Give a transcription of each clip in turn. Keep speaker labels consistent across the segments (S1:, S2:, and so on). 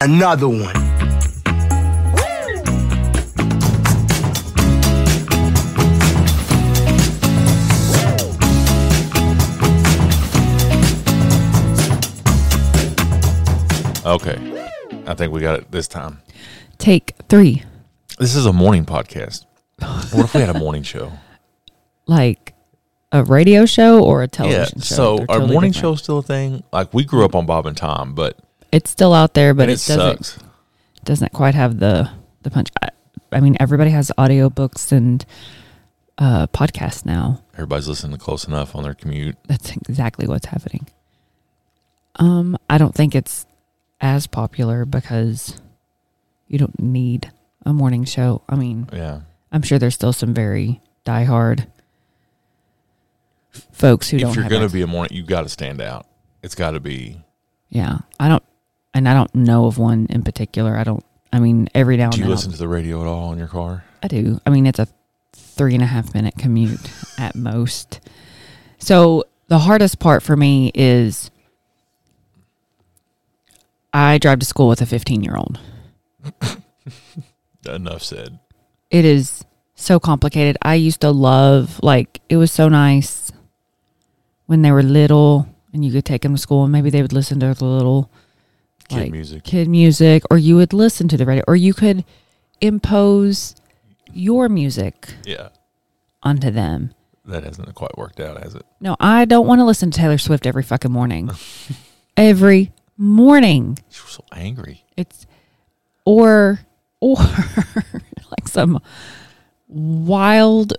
S1: Another one.
S2: Okay. I think we got it this time.
S3: Take three.
S2: This is a morning podcast. What if we had a morning show?
S3: Like a radio show or a television show.
S2: So
S3: They're
S2: are
S3: totally
S2: morning
S3: different.
S2: shows still a thing? Like we grew up on Bob and Tom, but
S3: It's still out there, but
S2: and
S3: it,
S2: it,
S3: doesn't
S2: sucks.
S3: doesn't quite have the the punch. I, I mean, everybody has audiobooks and uh, podcasts now.
S2: Everybody's listening to close enough on their commute.
S3: That's exactly what's happening. Um, I don't think it's as popular because you don't need a morning show. I mean,
S2: Yeah.
S3: I'm sure there's still some very diehard folks who don't.
S2: if you're
S3: have
S2: gonna
S3: access-
S2: be a morning, you got to stand out. It's got to be.
S3: yeah, I don't, and I don't know of one in particular. I don't. I mean, every now and
S2: Do you
S3: then I'll-
S2: listen to the radio at all in your car?
S3: I do. I mean, it's a three and a half minute commute at most. So the hardest part for me is I drive to school with a 15 year old.
S2: Enough said.
S3: It is so complicated. I used to love, like, it was so nice when they were little and you could take them to school and maybe they would listen to the little
S2: Kid music.
S3: kid music, or you would listen to the radio, or you could impose your music
S2: Yeah,
S3: onto them.
S2: that hasn't quite worked out, has it?
S3: No, I don't want to listen to Taylor Swift every fucking morning. every morning.
S2: You were so angry.
S3: It's or or like some wild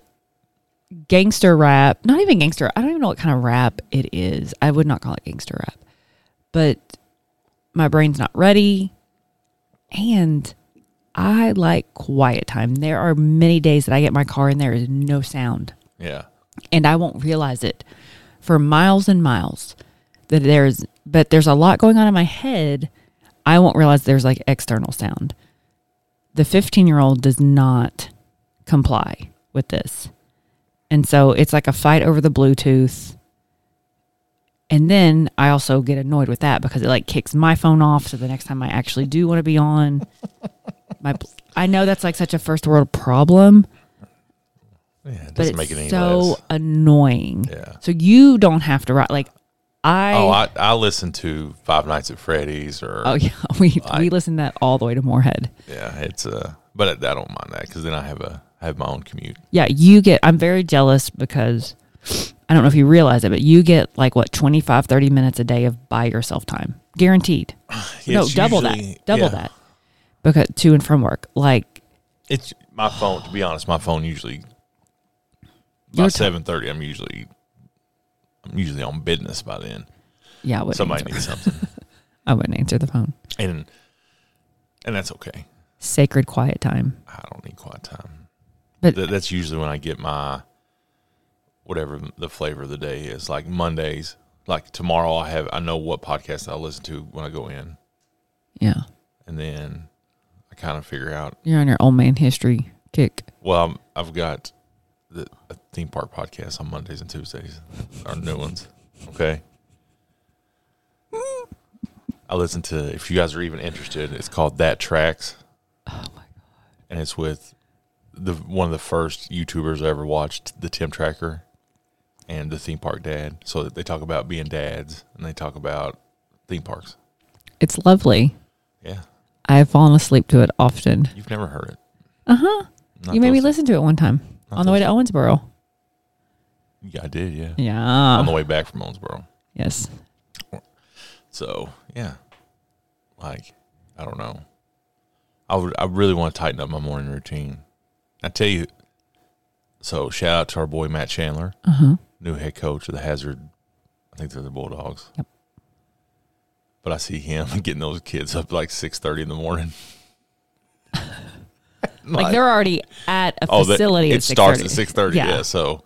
S3: gangster rap. Not even gangster. I don't even know what kind of rap it is. I would not call it gangster rap. But my brain's not ready and I like quiet time. There are many days that I get in my car and there is no sound
S2: Yeah,
S3: and I won't realize it for miles and miles that there's but there's a lot going on in my head. I won't realize there's like external sound. The 15 year old does not comply with this. And so it's like a fight over the Bluetooth. And then I also get annoyed with that because it like kicks my phone off. So the next time I actually do want to be on, my I know that's like such a first world problem
S2: yeah. It
S3: but
S2: doesn't
S3: it's
S2: make it any
S3: so
S2: less.
S3: annoying.
S2: Yeah.
S3: So you don't have to write like I.
S2: Oh, I, I listen to Five Nights at Freddy's or
S3: Oh, yeah, we
S2: I-
S3: we listen to that all the way to Moorhead.
S2: yeah, it's uh, but I, I don't mind that because then I have a I have my own commute.
S3: Yeah, you get. I'm very jealous because I don't know if you realize it, but you get like what 25, 30 minutes a day of by yourself time, guaranteed. no,
S2: It's
S3: double
S2: usually-
S3: that, double
S2: yeah.
S3: that, because to and from work. Like
S2: It's my phone. To be honest, my phone usually by
S3: Your ti-
S2: seven thirty. I'm usually I'm usually on business by then.
S3: yeah, I wouldn't
S2: Somebody
S3: answer-
S2: needs something,
S3: I wouldn't answer the phone.
S2: and and that's okay.
S3: Sacred quiet time.
S2: I don't need quiet time.
S3: But-
S2: Th- that's usually when I get my whatever the flavor of the day is. Like Mondays, like tomorrow, I have I know what podcast I listen to when I go in,
S3: Yeah,
S2: and then I kind of figure out.
S3: you're on your old man history kick.
S2: Well, i I've got the a theme park podcast on Mondays and Tuesdays, our new ones. Okay. I listen to if you guys are even interested. It's called That Tracks.
S3: Oh my god.
S2: and it's with the one of the first YouTubers I ever watched, the Tim Tracker, and the theme park dad. So they talk about being dads, and they talk about theme parks.
S3: It's lovely.
S2: Yeah,
S3: I have fallen asleep to it often.
S2: you've never heard it.
S3: Uh huh.
S2: Not
S3: You made me
S2: those-
S3: listen to it one time
S2: not
S3: on the way to Owensboro.
S2: Yeah, I did. Yeah, on the
S3: Yeah.
S2: way back from Owensboro.
S3: Yes.
S2: So yeah, like I don't know. I would. I really want to tighten up my morning routine. I tell you. So shout out to our boy Matt Chandler,
S3: Uh huh.
S2: new head coach of the Hazard. I think they're the Bulldogs.
S3: Yep.
S2: But I see him getting those kids up like six thirty in the morning.
S3: Like, they're already at a
S2: that-
S3: facility.
S2: oh, it
S3: at
S2: starts at
S3: 6:30.
S2: six thirty. Yeah.
S3: Yeah.
S2: so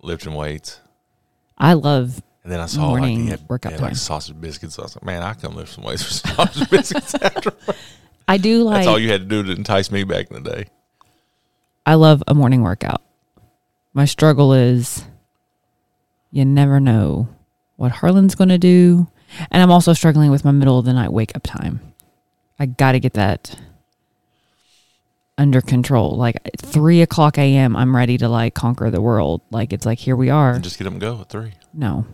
S2: lifting weights,
S3: I love
S2: and then I saw
S3: Morning
S2: like they had,
S3: workout
S2: they had, like
S3: time.
S2: sausage biscuits. I was like, man, I can lift some weights for sausage biscuits. After.
S3: I do like
S2: That's all you had to do to entice me back in the day.
S3: I love a morning workout. My struggle is you never know what Harlan's going to do. And I'm also struggling with my middle of the night wake up time. I got to get that under control. Like at three o'clock a.m., I'm ready to like conquer the world. Like it's like, here we are.
S2: And just get up and go at three.
S3: No,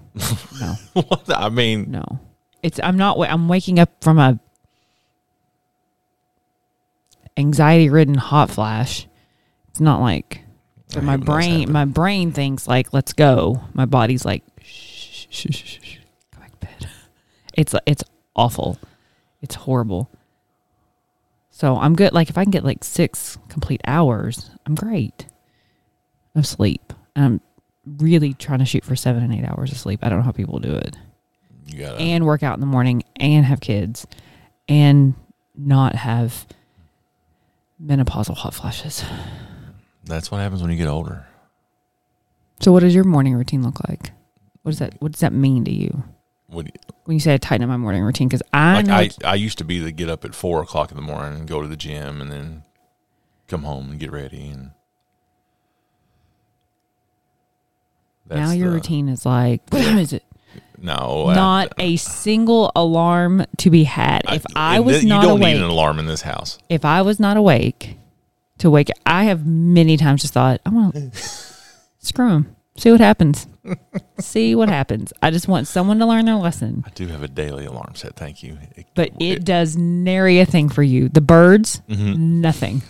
S3: no,
S2: What the- I mean,
S3: no. It's, I'm not, wa- I'm waking up from a anxiety ridden hot flash. It's not like,
S2: I
S3: but my
S2: hate when those
S3: brain,
S2: happen.
S3: my brain thinks like, "Let's go." My body's like, "Shh, shh, shh, shh, shh. go back to bed." It's it's awful. It's horrible. So I'm good. Like if I can get like six complete hours, I'm great of sleep. And I'm really trying to shoot for seven and eight hours of sleep. I don't know how people do it
S2: you gotta
S3: and work out in the morning and have kids and not have menopausal hot flashes.
S2: That's what happens when you get older.
S3: So what does your morning routine look like? What does that what does that mean to you
S2: When,
S3: when you say I tighten up my morning routine? Because I
S2: like
S3: know
S2: I, I used to be the get up at four o'clock in the morning and go to the gym and then come home and get ready and
S3: now your
S2: the-
S3: routine is like what time is it?
S2: No, I- uh,
S3: Not a single alarm to be had. If I
S2: and
S3: was
S2: th-
S3: not
S2: you don't
S3: awake,
S2: need an alarm in this house.
S3: if I was not awake to wake, I have many times just thought I want to screw them, see what happens, see what happens. I just want someone to learn their lesson.
S2: I do have a daily alarm set. Thank you. It-
S3: But it does nary a thing for you. The birds, nothing,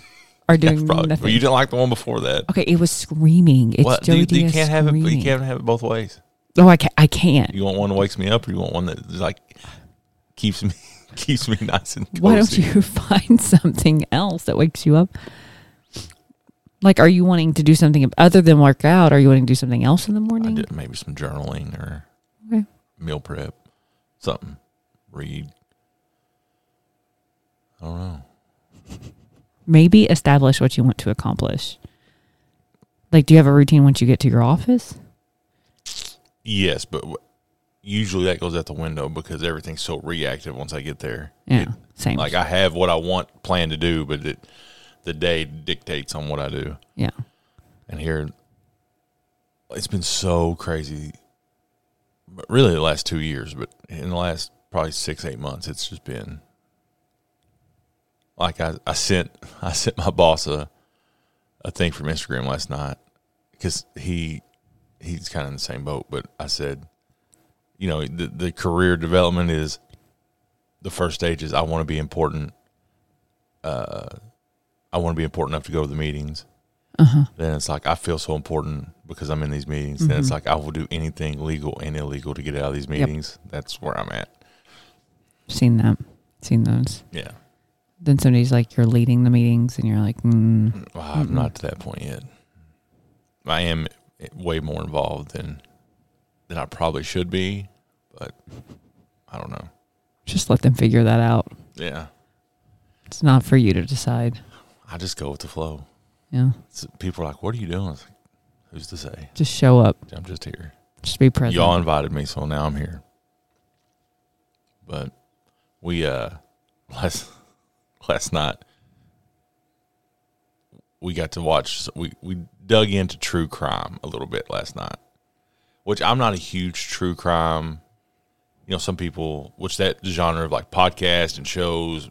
S3: are
S2: that's
S3: doing
S2: probably-
S3: nothing.
S2: well, you didn't like the one before that.
S3: Okay, it was screaming. It's
S2: What?
S3: Joey
S2: Dude, you
S3: Diaz
S2: can't have it.
S3: screaming.
S2: You can't have it both ways.
S3: Oh, I can't. I can't.
S2: You want one that wakes me up, or you want one that like keeps me keeps me nice and cozy.
S3: Why don't you find something else that wakes you up? Like, are you wanting to do something other than work out? Are you wanting to do something else in the
S2: I
S3: morning?
S2: did maybe some journaling or
S3: Okay.
S2: meal prep, something. Read. I don't know.
S3: Maybe establish what you want to accomplish. Like, do you have a routine once you get to your office?
S2: Yes, but w- usually that goes out the window because everything's so reactive once I get there.
S3: Yeah, same.
S2: Like I have what I want planned to do, but it, the day dictates on what I do.
S3: yeah,
S2: And here, it's been so crazy. But really, the last two years, but in the last probably six eight months, it's just been like I, I sent I sent my boss a a thing from Instagram last night because he he's kind of in the same boat. But I said, you know, the the career development is the first stage is I want to be important. Uh, I want to be important enough to go to the meetings. Then it's like I feel so important because I'm in these meetings. Then it's like I will do anything legal and illegal to get out of these meetings. That's where I'm at.
S3: seen that, seen those.
S2: Yeah,
S3: Then somebody's like, "You're leading the meetings," and you're like, mm,
S2: Well, I'm not to that point yet. I am way more involved than than I probably should be, but I don't know.
S3: "Just let them figure that out."
S2: Yeah,
S3: It's not for you to decide.
S2: I just go with the flow.
S3: Yeah.
S2: It's- people are like, "What are you doing?" It's like, Who's to say?
S3: Just show up.
S2: I'm just here.
S3: Just be present.
S2: Y'all invited me, so now I'm here. But we uh last last night we got to watch we we dug into true crime a little bit last night. Which I'm not a huge true crime you know, some people which that genre of like podcast and shows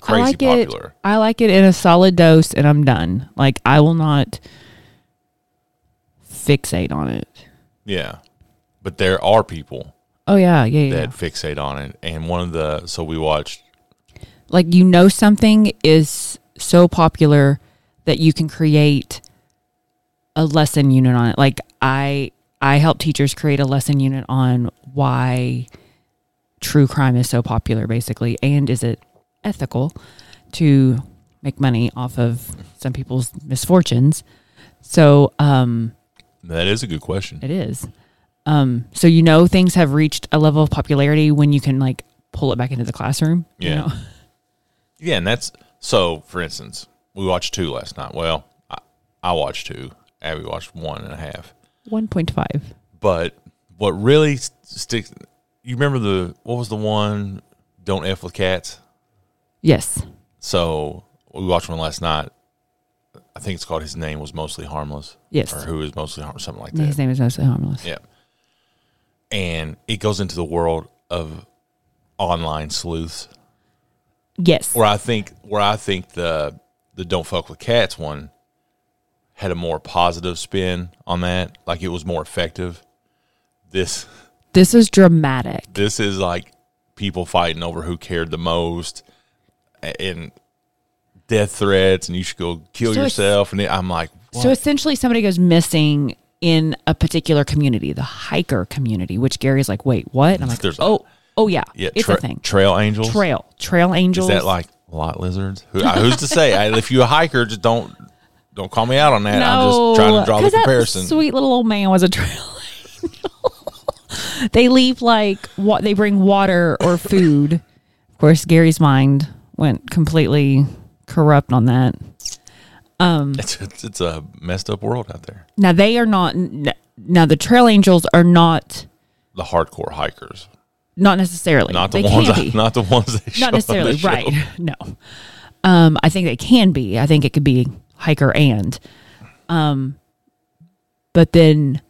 S2: crazy
S3: I like
S2: popular.
S3: it. I like it in a solid dose and I'm done. Like I will not fixate on it.
S2: Yeah. But there are people
S3: Oh yeah, yeah, yeah.
S2: that fixate on it. And one of the so we watched
S3: Like you know something is so popular that you can create a lesson unit on it. Like I I help teachers create a lesson unit on why true crime is so popular basically and is it ethical to make money off of some people's misfortunes. So, um
S2: that is a good question.
S3: it is. Um, so you know things have reached a level of popularity when you can like pull it back into the classroom. you
S2: Yeah.
S3: know?
S2: Yeah, and that's so. For instance, we watched two last night. Well, I, I watched two. Abby watched one and a half.
S3: one point five.
S2: But what really s- sticks, you remember the what was the one? Don't f with cats.
S3: Yes.
S2: So we watched one last night. I think it's called His Name Was Mostly Harmless.
S3: Yes.
S2: Or Who Is Mostly Harmless, something like that.
S3: His name is mostly harmless.
S2: Yeah. And it goes into the world of online sleuths.
S3: Yes.
S2: Where I think where I think the the don't fuck with cats one had a more positive spin on that. Like it was more effective. This
S3: This is dramatic.
S2: this is like people fighting over who cared the most a- and death threats and you should go kill
S3: So it's-
S2: yourself and I'm like what?
S3: So essentially, somebody goes missing in a particular community, the hiker community, which Gary's like, "Wait, what?" And I'm like,
S2: There's a-
S3: "Oh, oh yeah,
S2: yeah,
S3: it's a
S2: tra-
S3: thing."
S2: Trail angels.
S3: Trail, trail
S2: Is
S3: angels.
S2: that like lot lizards? Who, I- who's to say? I, if you're a hiker, just don't don't call me out on that. I'm just trying to draw the
S3: 'cause that
S2: comparison.
S3: sweet little old man was a trail angel. they leave like what they bring water or food. of course, Gary's mind went completely corrupt on that.
S2: It's, it's, it's a messed up world out there.
S3: Now they are not. n- Now the trail angels are not
S2: The hardcore hikers,
S3: not necessarily
S2: not the
S3: They
S2: ones,
S3: can
S2: that,
S3: be.
S2: not the ones that show on
S3: not
S2: the
S3: necessarily
S2: show.
S3: right no um i think they can be i think it could be hiker and um but then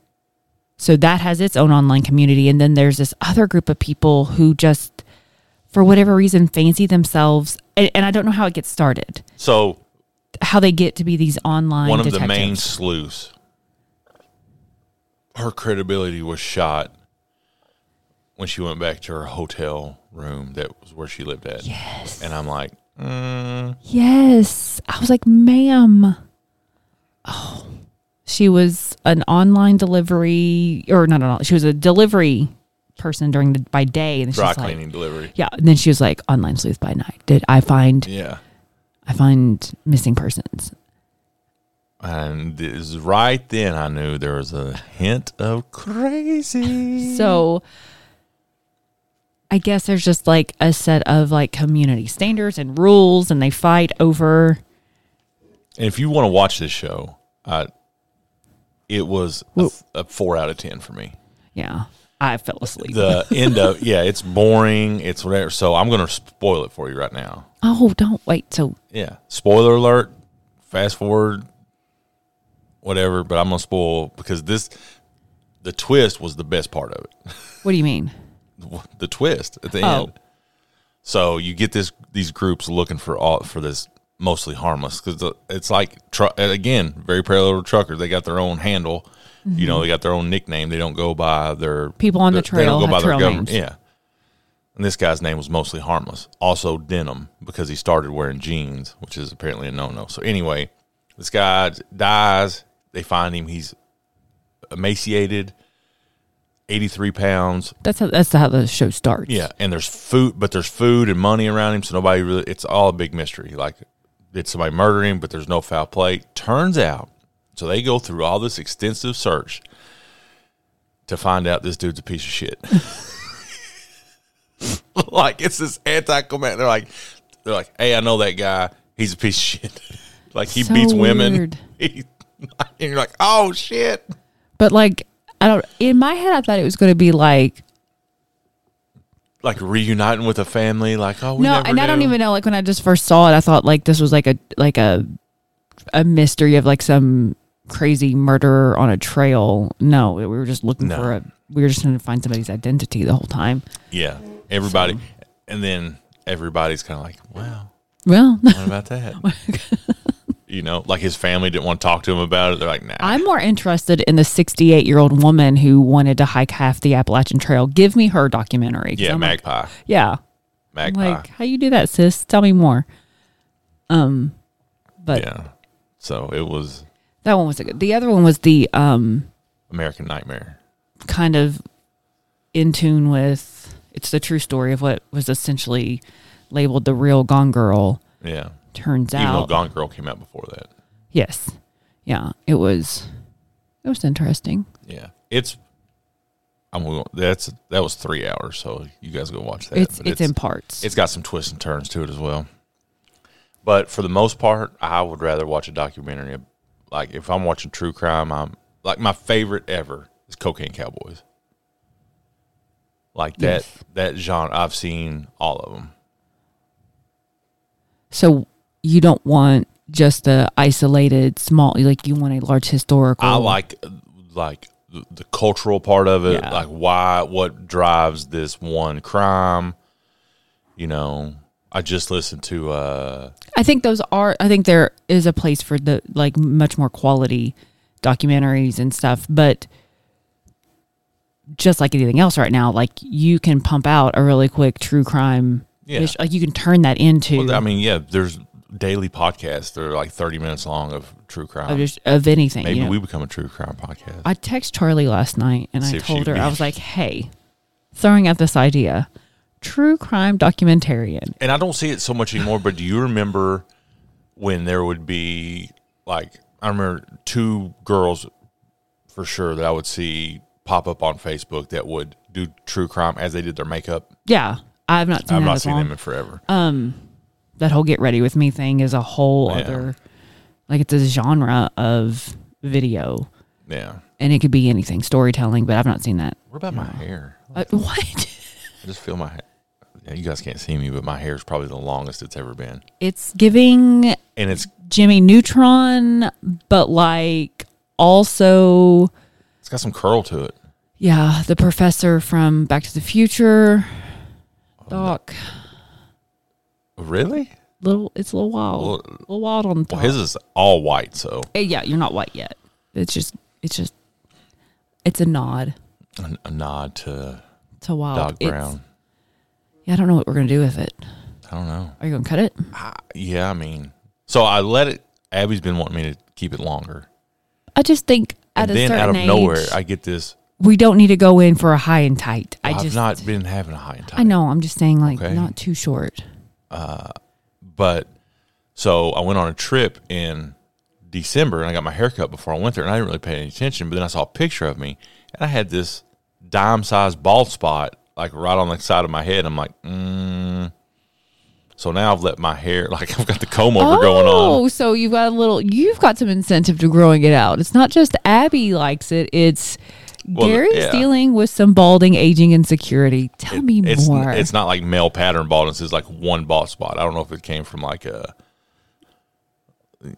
S3: so that has its own online community and then there's this other group of people who just for whatever reason fancy themselves and, and i don't know how it gets started
S2: So
S3: how they get to be these online
S2: one of the
S3: detectives.
S2: main sleuths, her credibility was shot when she went back to her hotel room that was where she lived at. Yes, and I'm like,
S3: Yes. I was like, ma'am. Oh. She was an online delivery or no no no. She was a delivery person during the by day and she's
S2: dry
S3: like
S2: cleaning delivery.
S3: Yeah. And then she was like online sleuth by night. Did I find
S2: Yeah.
S3: I find missing persons?
S2: And it was right then I knew there was a hint of crazy.
S3: So I guess there's just like a set of like community standards and rules and they fight over
S2: And if you want to watch this show, I, it was a, th- a four out of 10 for me.
S3: yeah. I fell asleep.
S2: The end of, yeah, it's boring. It's whatever. So I'm going to spoil it for you right now.
S3: oh, don't wait. So
S2: Yeah. Spoiler alert, fast forward, whatever. But I'm going to spoil because this, the twist was the best part of it.
S3: what do you mean?
S2: the twist at the
S3: Oh.
S2: end. So you get this these groups looking for all for this mostly harmless because it's like tru- and again very parallel to truckers. They got their own handle, you know. They got their own nickname. They don't go by their
S3: Mm-hmm. People on the
S2: they- they don't
S3: trail have trail
S2: government-
S3: names.
S2: Yeah. And this guy's name was mostly harmless. Also denim because he started wearing jeans, which is apparently a no no. So anyway, this guy dies. They find him. He's emaciated, eighty three pounds,
S3: That's how that's how the show starts.
S2: yeah, and there's food, but there's food and money around him, so nobody really. It's all a big mystery. Like, did somebody murder him? But there's no foul play. Turns out, so they go through all this extensive search to find out this dude's a piece of shit. like it's this anti-command. They're like, they're like, hey, I know that guy. He's a piece of shit. like he
S3: So
S2: beats women.
S3: weird.
S2: He, and you're like, oh shit.
S3: But like I don't in my head I thought it was gonna be like
S2: Like reuniting with a family. Like, oh, we
S3: no,
S2: never
S3: and I don't
S2: knew.
S3: even know. Like when I just first saw it, I thought like this was like a like a a mystery of like some crazy murderer on a trail. No, we were just looking
S2: No.
S3: for a we were just trying to find somebody's identity the whole time.
S2: Yeah, everybody, and then everybody's kind of like, "Wow,
S3: Well,
S2: what about
S3: Oh
S2: that?" you know, like his family didn't want to talk to him about it. They're like, "Nah."
S3: I'm more interested in the 68 year old woman who wanted to hike half the Appalachian Trail. Give me her documentary. 'cause
S2: yeah, uh,
S3: I'm like-
S2: magpie,
S3: yeah, I'm
S2: magpie.
S3: like how you do that, sis? Tell me more. Um, but
S2: yeah. So it was
S3: That one was a good. The other one was the um
S2: American Nightmare.
S3: kind of in tune with it's the true story of what was essentially labeled the real Gone Girl.
S2: Yeah,
S3: Turns
S2: even though
S3: out,
S2: Gone Girl came out before that.
S3: yes, yeah, it was. It was interesting.
S2: Yeah, it's I'm going. That's that was three hours, so you guys go watch that.
S3: it's,
S2: But
S3: it's in parts.
S2: it's got some twists and turns to it as well. But for the most part, I would rather watch a documentary. Like if I'm watching true crime, I'm like my favorite ever is Cocaine Cowboys. Like that
S3: Yes.
S2: that genre, I've seen all of them.
S3: so you don't want just the isolated small. Like you want a large historical.
S2: I like uh, like the, the cultural part of it,
S3: Yeah.
S2: like why what drives this one crime. You know, I just listened to uh
S3: I think those are. I think there is a place for the like much more quality documentaries and stuff, but just like anything else right now, like you can pump out a really quick true crime.
S2: Yeah.
S3: ish- like you can turn that into
S2: well, I mean, yeah, there's daily podcasts that are like 30 minutes long of true crime.
S3: of, just, of anything.
S2: Maybe
S3: you know?
S2: we become a true crime podcast.
S3: I text Charlie last night and
S2: See
S3: I
S2: if she
S3: told her
S2: would be-
S3: I was like, "Hey, throwing out this idea, true crime documentarian."
S2: and I don't see it so much anymore, but do you remember when there would be like I remember two girls for sure that I would see pop up on Facebook that would do true crime as they did their makeup.
S3: Yeah, I've not seen
S2: I've
S3: that
S2: not
S3: as
S2: seen
S3: long.
S2: them in forever.
S3: Uh, that whole get ready with me thing is a whole
S2: Yeah.
S3: other like it's a genre of video
S2: yeah.
S3: and it could be anything storytelling but i've not seen that
S2: What about my hair?
S3: uh, what
S2: I just feel my hair. Yeah, you guys can't see me, but my hair is probably the longest it's ever been.
S3: it's giving
S2: And it's
S3: jimmy neutron but like also
S2: it's got some curl to it.
S3: yeah the professor from back to the future
S2: Oh,
S3: doc
S2: Really?
S3: little it's a little wild
S2: Well-
S3: little wild on the
S2: Well,
S3: top
S2: his is all white, so
S3: Eh, yeah you're not white yet it's just it's just it's a nod
S2: a, a nod to
S3: to wild
S2: Doc
S3: Oh, It's-
S2: Brown.
S3: yeah i don't know what we're gonna do with it
S2: I don't know.
S3: are you gonna cut it
S2: Yeah, I mean, so I let it. Abby's been wanting me to keep it longer,
S3: I just think at
S2: and
S3: a
S2: then
S3: certain
S2: out of
S3: age,
S2: nowhere, I get this.
S3: we don't need to go in for a high and tight. I
S2: I have
S3: just,
S2: not been having a high and tight.
S3: I know. I'm just saying, like,
S2: Okay.
S3: not too short.
S2: but so I went on a trip in December, and I got my haircut before I went there, and I didn't really pay any attention. But then I saw a picture of me, and I had this dime-sized bald spot, like right on the side of my head. I'm like, mm. so now I've let my hair, like I've got the comb over going on.
S3: Oh, so you've got a little. You've got some incentive to growing it out. It's not just Abby likes it. It's
S2: Well,
S3: Gary's
S2: yeah.
S3: dealing with some balding, aging, insecurity. Tell me
S2: it's
S3: more.
S2: it's not like male pattern baldness. It's like one bald spot. I don't know if it came from like a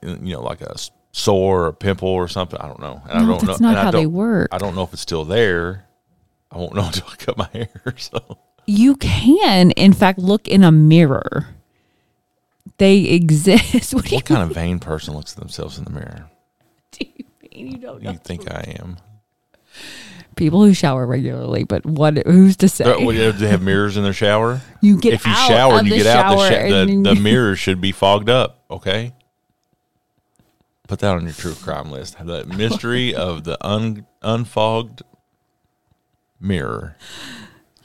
S2: you know like a s- sore or a pimple or something. I don't know. And
S3: No,
S2: I don't
S3: that's
S2: know.
S3: not
S2: and I
S3: how they
S2: don't-
S3: work.
S2: I don't know if it's still there. I won't know until I cut my hair. So
S3: you can, in fact, look in a mirror. They exist. What do
S2: what kind of vain person looks at themselves in the mirror?
S3: you, do you mean? You don't know.
S2: You think I am?
S3: People who shower regularly, but what? Who's to say?
S2: They're- what, Do they have mirrors in their shower?
S3: You get
S2: if you
S3: out
S2: shower,
S3: of
S2: you
S3: the
S2: get out. The,
S3: shower
S2: sha- the,
S3: and-
S2: the mirror should be fogged up. Okay. Put that on your true crime list. The mystery of the un, unfogged mirror.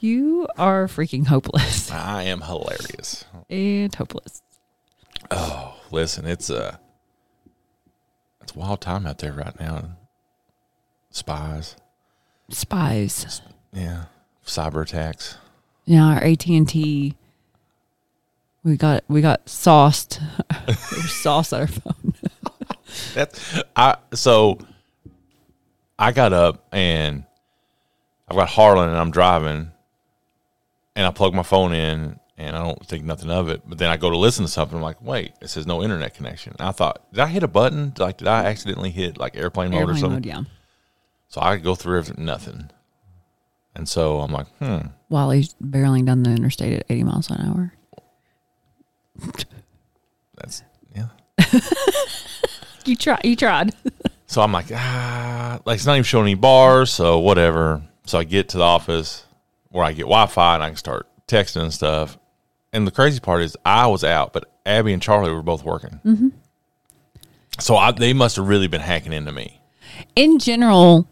S3: You are freaking hopeless
S2: I am hilarious.
S3: and hopeless.
S2: Listen, it's a it's a wild time out there right now. Spies,
S3: Spies.
S2: yeah, cyber attacks.
S3: Yeah, our AT and T. We got we got sauced. There's sauce on our phone.
S2: That's I so I got up and I've got Harlan and I'm driving and I plug my phone in and I don't think nothing of it. But then I go to listen to something, I'm like, wait, it says no internet connection. And I thought, did I hit a button? Like did I accidentally hit like airplane mode or
S3: Airplane
S2: something?
S3: mode, yeah.
S2: So I go through everything, nothing. And so I'm like, hmm.
S3: While he's barreling down the interstate at 80 miles an hour.
S2: That's yeah.
S3: You tried. You tried.
S2: So I'm like, ah, like it's not even showing any bars, so whatever. So I get to the office where I get Wi Fi and I can start texting and stuff. And the crazy part is I was out, but Abby and Charlie were both working. Mm-hmm. So I, they must have really been hacking into me.
S3: In general,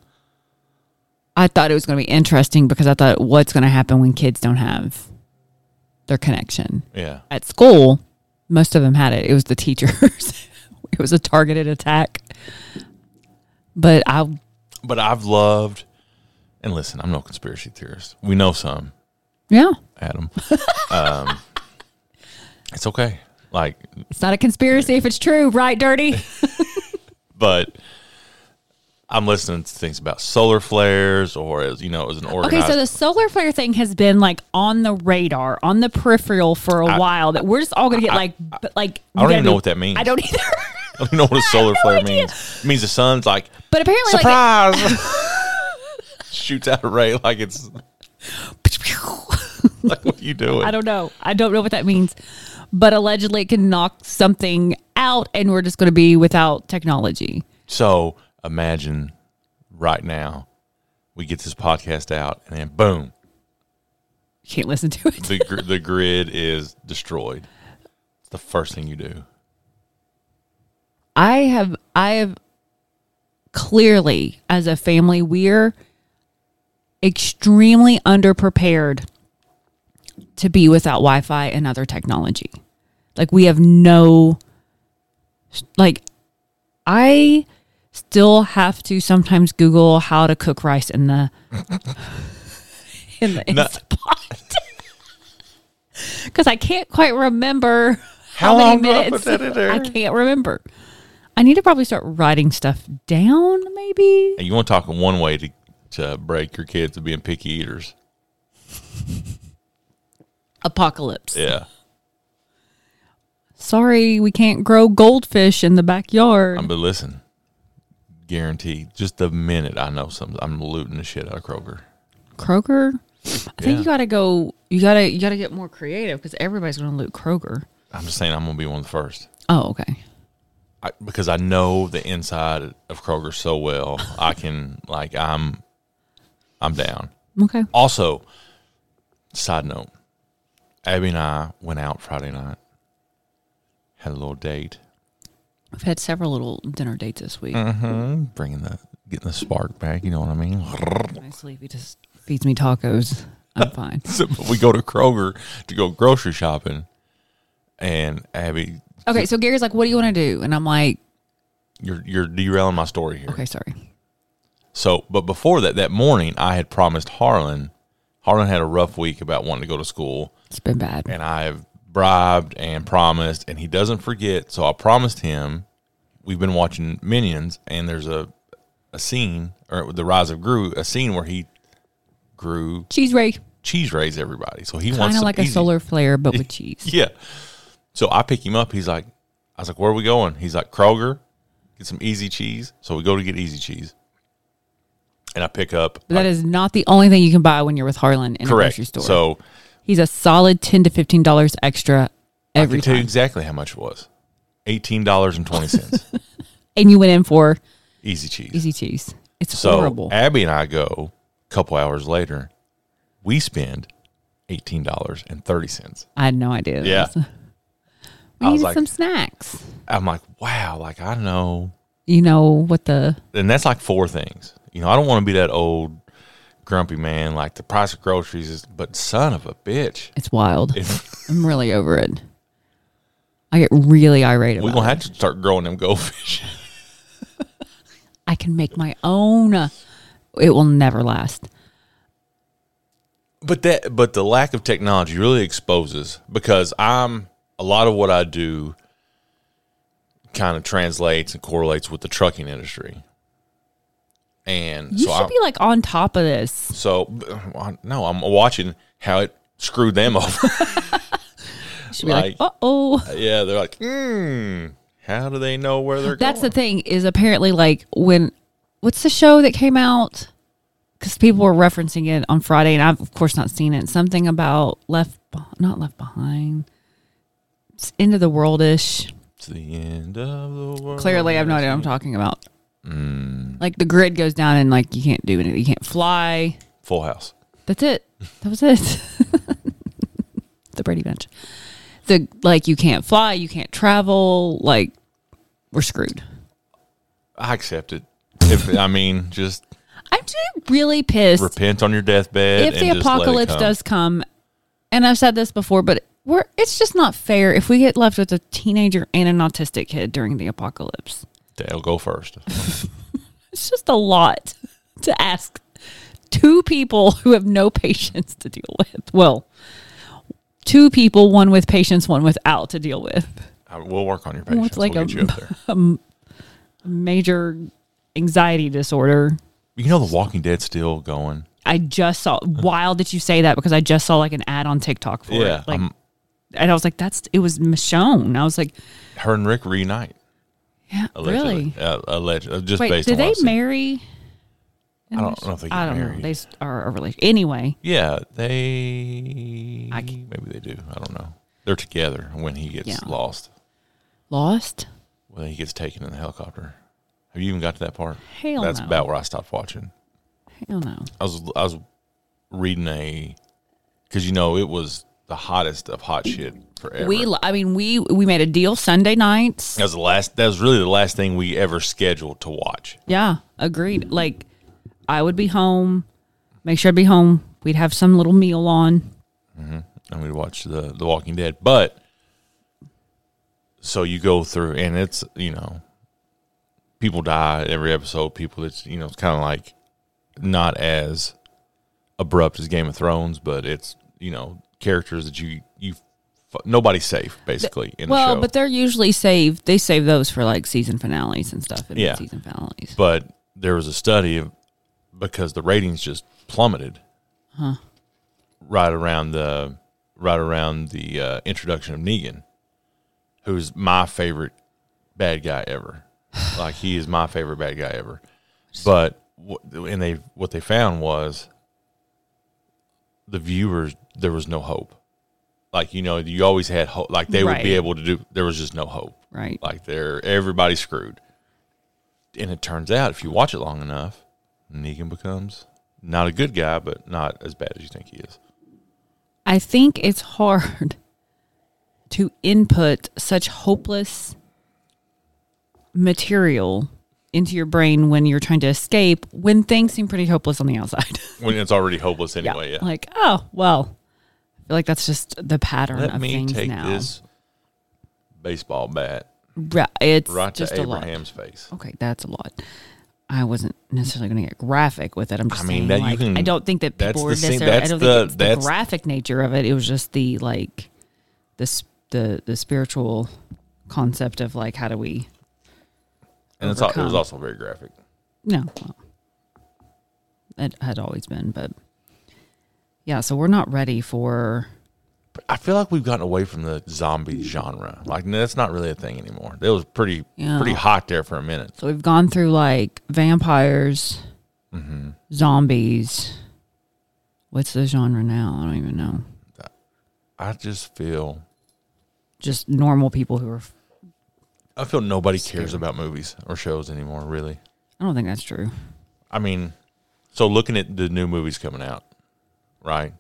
S3: I thought it was going to be interesting because I thought, what's going to happen when kids don't have their connection?
S2: Yeah.
S3: at school, most of them had it. It was the teachers. it was a targeted attack. But I
S2: But I've loved And listen, I'm no conspiracy theorist. We know some,
S3: Yeah.
S2: Adam. um, it's okay. Like,
S3: It's not a conspiracy if it's true, right, Dirty?
S2: but I'm listening to things about solar flares or as you know, as an
S3: okay,
S2: organized.
S3: so the solar flare thing has been like on the radar, on the peripheral for a while that we're just all going to get like, but like,
S2: I
S3: we
S2: don't
S3: gotta
S2: even know what that means.
S3: I don't either.
S2: I don't know what a solar
S3: no
S2: flare
S3: idea.
S2: means. It means the sun's like
S3: but apparently, like,
S2: surprise shoots out a ray like it's like what are you doing?
S3: I don't know. I don't know what that means. But allegedly, it can knock something out and we're just going to be without technology.
S2: So imagine right now we get this podcast out and then boom,
S3: You can't listen to it.
S2: the gr- the grid is destroyed. It's the first thing you do.
S3: I have I have clearly as a family we're extremely underprepared to be without Wi-Fi and other technology. Like we have no like I still have to sometimes Google how to cook rice in the in the
S2: No.
S3: Instant pot. Cuz I can't quite remember
S2: How
S3: how, many
S2: long do I put
S3: minutes.
S2: that in there?
S3: I can't remember. I need to probably start writing stuff down, maybe.
S2: And you want to talk one way to to break your kids of being picky eaters.
S3: Apocalypse.
S2: Yeah.
S3: Sorry, we can't grow goldfish in the backyard.
S2: Um, but listen, guaranteed, just the minute I know something, I'm looting the shit out of Kroger.
S3: Kroger. I think
S2: Yeah.
S3: you gotta go. You gotta you gotta get more creative because everybody's gonna loot Kroger.
S2: I'm just saying I'm going to be one of the first.
S3: Oh, okay.
S2: I, because I know the inside of Kroger so well, I can like I'm, I'm down.
S3: Okay.
S2: Also, side note, Abby and I went out Friday night, had a little date,
S3: I've had several little dinner dates this week.
S2: mm-hmm. bringing the getting the spark back. You know what I mean?
S3: My sleepy just feeds me tacos. I'm fine.
S2: So we go to Kroger to go grocery shopping, and Abby,
S3: Okay, so Gary's like, "What do you want to do?" And I'm like,
S2: you're you're derailing my story here.
S3: "Okay, sorry."
S2: So, but before that, that morning, I had promised Harlan. Harlan had a rough week about wanting to go to school.
S3: It's been bad.
S2: and I've bribed and promised, and he doesn't forget. So I promised him. We've been watching Minions, and there's a a scene or the Rise of Gru, a scene where he grew
S3: Cheese ray,
S2: cheese rays everybody. So he wants
S3: kind of
S2: some
S3: like a
S2: easy-
S3: solar flare, but with cheese.
S2: Yeah. So I pick him up. He's like, I was like, where are we going? He's like, Kroger, get some easy cheese. So we go to get easy cheese, and I pick up.
S3: But that is not the only thing you can buy when you're with Harlan in a
S2: correct.
S3: grocery store.
S2: So
S3: he's a solid ten to fifteen dollars extra
S2: I
S3: every
S2: can tell you
S3: time.
S2: exactly how much it was. Eighteen dollars and twenty cents.
S3: And you went in for
S2: easy cheese.
S3: easy cheese. It's
S2: So eh,
S3: horrible.
S2: Abby and I go a couple hours later. We spend eighteen dollars and thirty cents.
S3: I had no idea.
S2: Yeah.
S3: We
S2: I was
S3: needed
S2: like-
S3: some snacks.
S2: I'm like, wow, like I know,
S3: You know what the
S2: and that's like four things. You know, I don't want to be that old grumpy man. Like the price of groceries is, but son of a bitch,
S3: it's wild.
S2: If-
S3: I'm really over it. I get really irate
S2: we're
S3: about
S2: gonna
S3: it.
S2: have to start growing them goldfish.
S3: I can make my own. It will never last.
S2: But that, but the lack of technology really exposes because I'm a lot of what I do kind of translates and correlates with the trucking industry. And
S3: You
S2: so
S3: should
S2: I,
S3: be like on top of this.
S2: so well, no, I'm watching how it screwed them over.
S3: You should be like,
S2: Like-
S3: uh oh.
S2: yeah, they're like, hmm, how do they know where they're
S3: That's
S2: going?
S3: the thing is apparently like when what's the show that came out? Because people were referencing it on Friday, and I've of course not seen it. Something about left, Be- not left behind. It's end of the worldish.
S2: It's the end of the world.
S3: Clearly, I've no idea what I'm talking about. Like the grid goes down, and like you can't do anything. You can't fly.
S2: Full House.
S3: That's it. That was it. the Brady Bunch. The like you can't fly, you can't travel. Like we're screwed.
S2: I accept it. If I mean, just
S3: I'm just really pissed.
S2: repent on your deathbed.
S3: if the
S2: and just let it
S3: apocalypse
S2: come.
S3: does come, and I've said this before, but we're it's just not fair if we get left with a teenager and an autistic kid during the apocalypse.
S2: they'll go first.
S3: It's just a lot to ask two people who have no patience to deal with. Well, two people, one with patience, one without to deal with.
S2: I, we'll work on your
S3: Well,
S2: patience.
S3: it's like
S2: we'll
S3: a-
S2: get you up there.
S3: Major anxiety disorder.
S2: You know, The Walking Dead's still going.
S3: I just saw wild that you say that because I just saw like an ad on TikTok for
S2: Yeah,
S3: it. Like,
S2: I'm-
S3: and I was like, that's it was Michonne. I was like,
S2: Her and Rick reunite.
S3: yeah,
S2: Allegedly.
S3: really?
S2: Uh, alleged, uh, just
S3: Wait,
S2: based
S3: did
S2: on what
S3: they
S2: I've seen.
S3: marry?
S2: I don't- I don't think they
S3: I
S2: get
S3: don't know.
S2: married.
S3: They s- are a relation. Anyway,
S2: Yeah, they.
S3: I c-
S2: maybe they do. I don't know. They're together when he gets
S3: Yeah.
S2: lost,
S3: lost.
S2: when he gets taken in the helicopter. Have you even got to that part?
S3: Hell
S2: That's
S3: no.
S2: about where I stopped watching.
S3: Hell no.
S2: I was I was reading a because you know it was the hottest of hot shit forever.
S3: We, lo- I mean, we we made a deal Sunday nights.
S2: that was the last. That was really the last thing we ever scheduled to watch.
S3: Yeah, agreed. Like, I would be home, make sure I'd be home. We'd have some little meal on.
S2: and we watched the The Walking Dead. But so you go through, and it's you know, people die every episode. People, it's you know, it's kind of like not as abrupt as Game of Thrones, but it's you know, characters that you you f- nobody's safe basically in
S3: well,
S2: the show.
S3: but they're usually saved. They save those for like season finales and stuff. And
S2: Yeah.
S3: season finales.
S2: but there was a study of, because the ratings just plummeted right around the right around the uh, introduction of Negan, who's my favorite bad guy ever. like he is my favorite bad guy ever. But what- and they what they found was the viewers there was no hope. Like you know, you always had hope. Like they would
S3: Right.
S2: be able to do. There was just no hope.
S3: Right.
S2: Like they're everybody's screwed. And it turns out if you watch it long enough, Negan becomes not a good guy, but not as bad as you think he is.
S3: I think it's hard to input such hopeless material into your brain when you're trying to escape when things seem pretty hopeless on the outside.
S2: When it's already hopeless anyway. Yeah.
S3: Like, oh, well, I feel like that's just the pattern
S2: Let
S3: of
S2: me
S3: things
S2: take
S3: now.
S2: this baseball bat
S3: Ri- it's
S2: right
S3: just
S2: to
S3: a lot.
S2: Abraham's face.
S3: Okay, that's a lot. I wasn't necessarily going to get graphic with it. I'm just
S2: mean,
S3: saying,
S2: that you
S3: like,
S2: can-
S3: I don't think that
S2: that's
S3: people
S2: the
S3: were
S2: scene-
S3: necessarily.
S2: that's
S3: I don't
S2: the-
S3: think it's
S2: that's-
S3: the graphic nature of it. It was just the like, this the the spiritual concept of like, how do we?
S2: And it's all, it was
S3: Overcome.
S2: also very graphic.
S3: No, well, it had always been, but yeah. So we're not ready for.
S2: But I feel like we've gotten away from the zombie genre. Like that's not really a thing anymore. It was pretty
S3: Yeah.
S2: pretty hot there for a minute.
S3: So we've gone through like vampires,
S2: Mm-hmm.
S3: zombies. What's the genre now? I don't even know.
S2: I just feel
S3: Just normal people who are.
S2: I feel nobody cares about movies or shows anymore, really.
S3: I don't think that's true.
S2: I mean, so looking at the new movies coming out, right?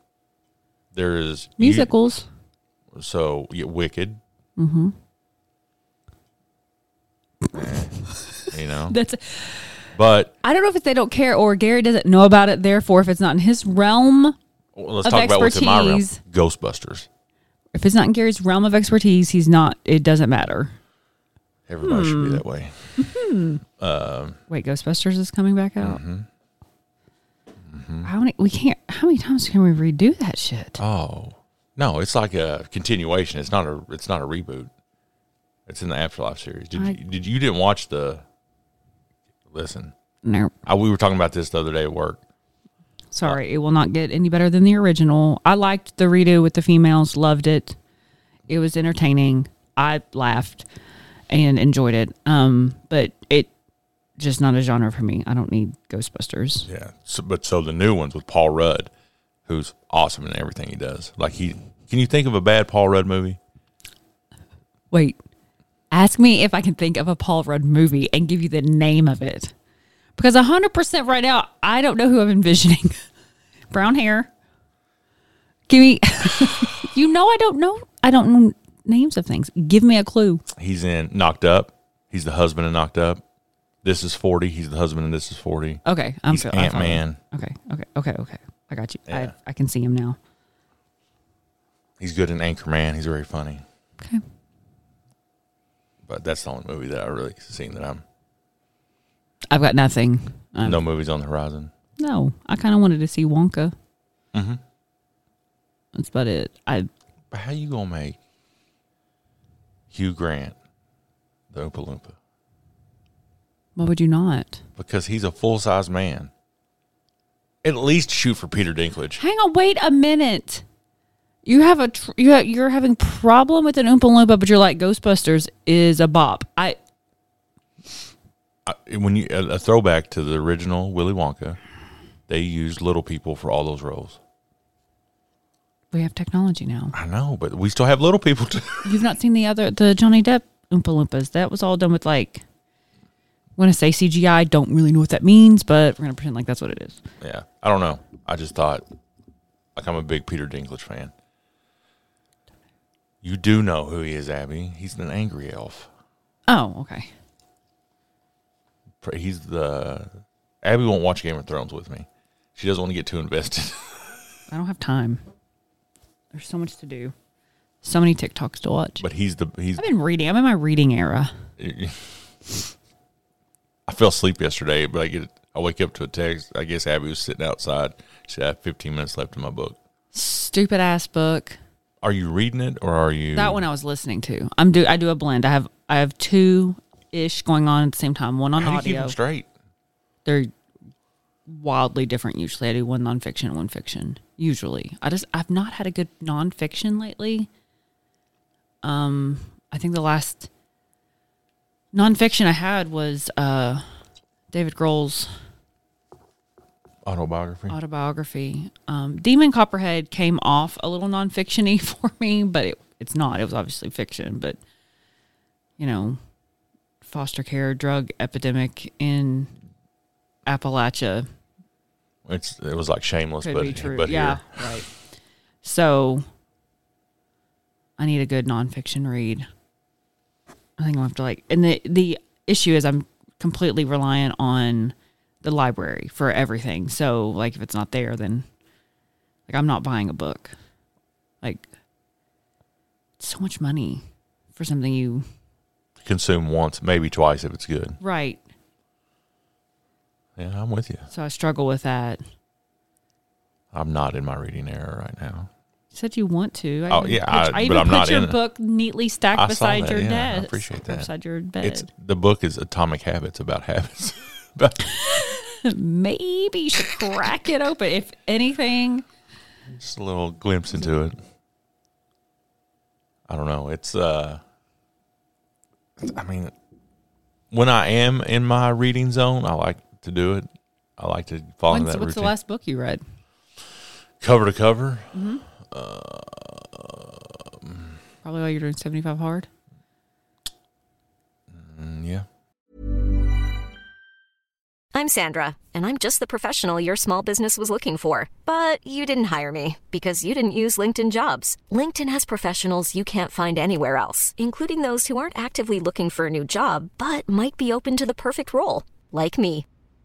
S2: There is you-
S3: Musicals.
S2: so yeah, Wicked. Mm-hmm. you know,
S3: That's.
S2: but
S3: I don't know if it's they don't care or Gary doesn't know about it. Therefore, if it's not in his realm,
S2: well, let's
S3: Of
S2: talk about what's in my realm.
S3: expertise.
S2: Ghostbusters.
S3: if it's not in Gary's realm of expertise, he's not. It doesn't matter.
S2: Everybody should be
S3: Hmm.
S2: that way.
S3: Wait, Ghostbusters is coming back out. How many? We can't. How many times can we redo that shit?
S2: Oh no, it's like a continuation. It's not a. It's not a reboot. It's in the Afterlife series. Did
S3: I-
S2: you, did you didn't watch the? Listen,
S3: No,
S2: I, we were talking about this the other day at work.
S3: sorry, it will not get any better than the original. I liked the redo with the females. Loved it. It was entertaining. I laughed and enjoyed it. Um, but it just not a genre for me. I don't need Ghostbusters.
S2: Yeah. So, but so the new ones with Paul Rudd, who's awesome in everything he does. Like he, can you think of a bad Paul Rudd movie?
S3: Wait, ask me if I can think of a Paul Rudd movie and give you the name of it. Because 100% right now, I don't know who I'm envisioning. Brown hair. Give me, you know, I don't know. I don't know names of things. Give me a clue.
S2: He's in Knocked Up. He's the husband in Knocked Up. This is forty. He's the husband in This is forty.
S3: Okay. I'm
S2: He's
S3: so- I
S2: Ant
S3: follow.
S2: Man.
S3: Okay. Okay. Okay. Okay. I got you.
S2: Yeah.
S3: I, I can see him now.
S2: He's good in Anchorman. He's very funny.
S3: Okay.
S2: But that's the only movie that I really seen that I'm.
S3: I've got nothing. Um,
S2: no movies on the horizon.
S3: No, I kind of wanted to see Wonka.
S2: Mhm.
S3: That's about it. I
S2: But how you gonna make Hugh Grant the Oompa Loompa?
S3: why would you not?
S2: Because he's a full size man. At least shoot for Peter Dinklage.
S3: Hang on, wait a minute. You have a tr- you have, you're having problem with an Oompa Loompa, but you're like Ghostbusters is a bop. I
S2: I, when you a, a throwback to the original Willy Wonka, they used little people for all those roles.
S3: we have technology now.
S2: I know, but we still have little people. Too.
S3: You've not seen the other the Johnny Depp Oompa Loompas. That was all done with like. When I say CGI, don't really know what that means, but we're gonna pretend like that's what it is.
S2: yeah, I don't know. I just thought, like, I'm a big Peter Dinklage fan. You do know who he is, Abby. He's an angry elf.
S3: Oh, okay.
S2: Pr- He's the Abby won't watch Game of Thrones with me. She doesn't want to get too invested.
S3: I don't have time. There's so much to do. So many TikToks to watch.
S2: but he's the he's.
S3: I've been reading. I'm in my reading era.
S2: I fell asleep yesterday, but I get I wake up to a text. I guess Abby was sitting outside. She said, "I have 15 minutes left in my book.
S3: Stupid ass book.
S2: Are you reading it or are you
S3: That one I was listening to. I'm do I do a blend. I have I have two ish going on at the same time. One on
S2: How do you keep
S3: audio.
S2: them straight?
S3: They're wildly different usually. I do one nonfiction and one fiction. Usually. I just I've not had a good nonfiction lately. Um I think the last nonfiction I had was uh David Grohl's
S2: Autobiography.
S3: autobiography. Um, Demon Copperhead came off a little nonfiction-y for me, but it, it's not. It was obviously fiction, but you know, foster care drug epidemic in Appalachia
S2: It's it was like shameless,
S3: could
S2: but
S3: be true.
S2: but
S3: yeah,
S2: here.
S3: right. So I need a good nonfiction read. I think I'll have to like, and the the issue is I'm completely reliant on the library for everything. So like, if it's not there, then like I'm not buying a book. Like, it's so much money for something you
S2: consume once, maybe twice if it's good.
S3: write.
S2: Yeah, I'm with you.
S3: So I struggle with that. You
S2: I'm not in my reading era right now.
S3: said you want to. I
S2: Oh,
S3: even
S2: yeah,
S3: put-
S2: I-
S3: I
S2: but
S3: even
S2: I'm
S3: put
S2: not
S3: your
S2: in it.
S3: book neatly stacked
S2: I saw
S3: beside
S2: that,
S3: your
S2: yeah, I
S3: desk.
S2: appreciate
S3: or
S2: that.
S3: Beside your bed.
S2: It's the book is Atomic Habits about habits. But
S3: maybe you should crack it open. If anything,
S2: just a little glimpse into it. I don't know. It's uh I mean when I am in my reading zone, I like to do it. I like to fall into
S3: when's-
S2: that
S3: what's the
S2: routine.
S3: last book you read?
S2: cover to cover.
S3: Probably while you're doing 75 hard.
S2: Mm, yeah.
S1: I'm Sandra, and I'm just the professional your small business was looking for. But you didn't hire me because you didn't use LinkedIn jobs. LinkedIn has professionals you can't find anywhere else, including those who aren't actively looking for a new job but might be open to the perfect role, like me.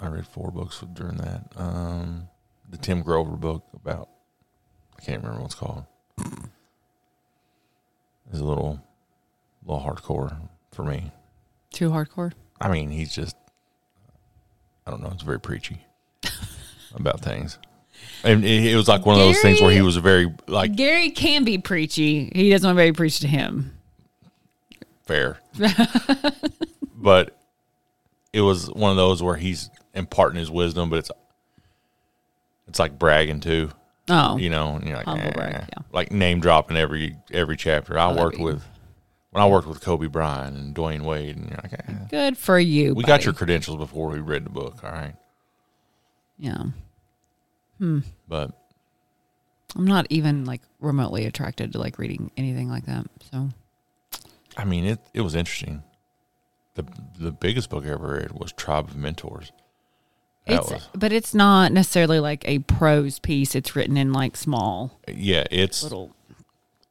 S2: I read four books during that. Um, the Tim Grover book about I can't remember what it's called. It's a little, little hardcore for me.
S3: Too hardcore.
S2: I mean, he's just I don't know. It's very preachy about things, and it, it was like one of those things where he was very like
S3: Gary can be preachy. He doesn't want to preach to him.
S2: fair. but it was one of those where he's imparting his wisdom, but it's it's like bragging too.
S3: Oh,
S2: you know, and you're like,
S3: Humble
S2: eh.
S3: brag, yeah. Oh,
S2: like name dropping every every chapter. I
S3: that'd
S2: worked
S3: be-
S2: with when I worked with Kobe Bryant and Dwayne Wade, and you're like, eh.
S3: good for you.
S2: we
S3: buddy.
S2: got your credentials before we read the book, all right?
S3: Yeah,
S2: But
S3: I'm not even like remotely attracted to like reading anything like that. So
S2: I mean, it it was interesting. the The biggest book I ever read was Tribe of Mentors. That
S3: it's,
S2: was
S3: but it's not necessarily like a prose piece. It's written in like small
S2: yeah, it's
S3: little.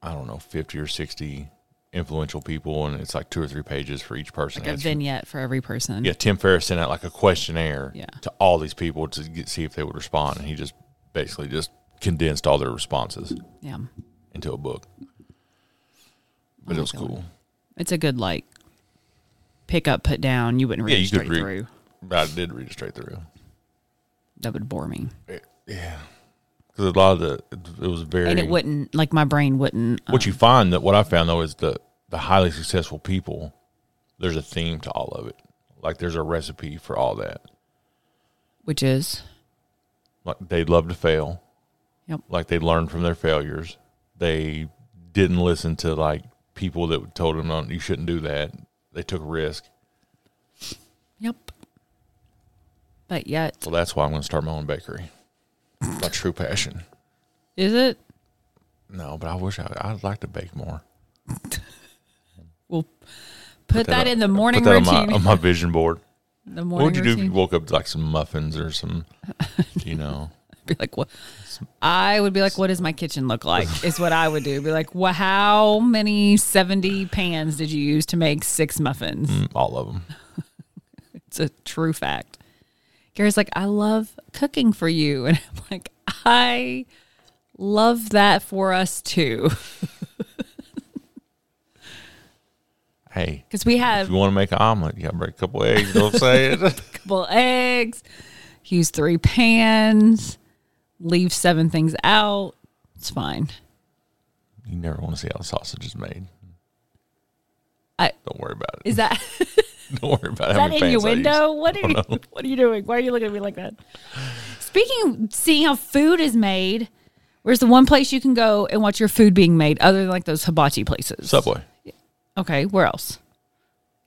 S2: I don't know fifty or sixty influential people, and it's like two or three pages for each person.
S3: Like a
S2: It's-
S3: vignette for every person.
S2: Yeah, Tim Ferriss sent out like a questionnaire
S3: Yeah.
S2: to all these people to get, see if they would respond, and he just basically just condensed all their responses
S3: Yeah.
S2: into a book. But
S3: Oh my
S2: it was
S3: God.
S2: cool.
S3: It's a good like pick up, put down. You wouldn't read
S2: Yeah,
S3: it
S2: you
S3: straight
S2: could read.
S3: through.
S2: But I did read it straight through.
S3: That would bore me,
S2: It- yeah, because a lot of the it was very
S3: and it wouldn't like my brain wouldn't. uh,
S2: What you find that what I found though is the the highly successful people, there's a theme to all of it. Like there's a recipe for all that.
S3: which is
S2: Like they love to fail.
S3: Yep.
S2: Like they learn from their failures. They didn't listen to like people that told them no, you shouldn't do that. They took a risk.
S3: yep. But yet,
S2: So that's why I'm going to start my own bakery. It's my true passion.
S3: is it?
S2: No, but I wish I I'd like to bake more.
S3: We'll put, that, in the
S2: on-
S3: morning
S2: put that
S3: routine.
S2: On my, on my vision board.
S3: the
S2: What
S3: morning
S2: would you do if you
S3: routine.
S2: woke up to like some muffins or some, you know?
S3: be like, what? I would be like, what does my kitchen look like? Is what I would do. Be like, well, how many 70 pans did you use to make six muffins?
S2: Mm, All of them.
S3: It's a true fact. Gary's like, I love cooking for you. And I'm like, I love that for us too.
S2: Hey,
S3: Because we
S2: if
S3: have
S2: you want to make an omelet, you got to break a couple eggs. You know what I'm saying?
S3: a couple eggs, use three pans, leave seven things out. It's fine.
S2: you never want to see how the sausage is made.
S3: I,
S2: Don't worry about it.
S3: is that is
S2: Don't worry about it.
S3: that innuendo? What are you what are you doing? Why are you looking at me like that? Speaking of seeing how food is made, where's the one place you can go and watch your food being made other than like those hibachi places?
S2: Subway.
S3: Okay, where else?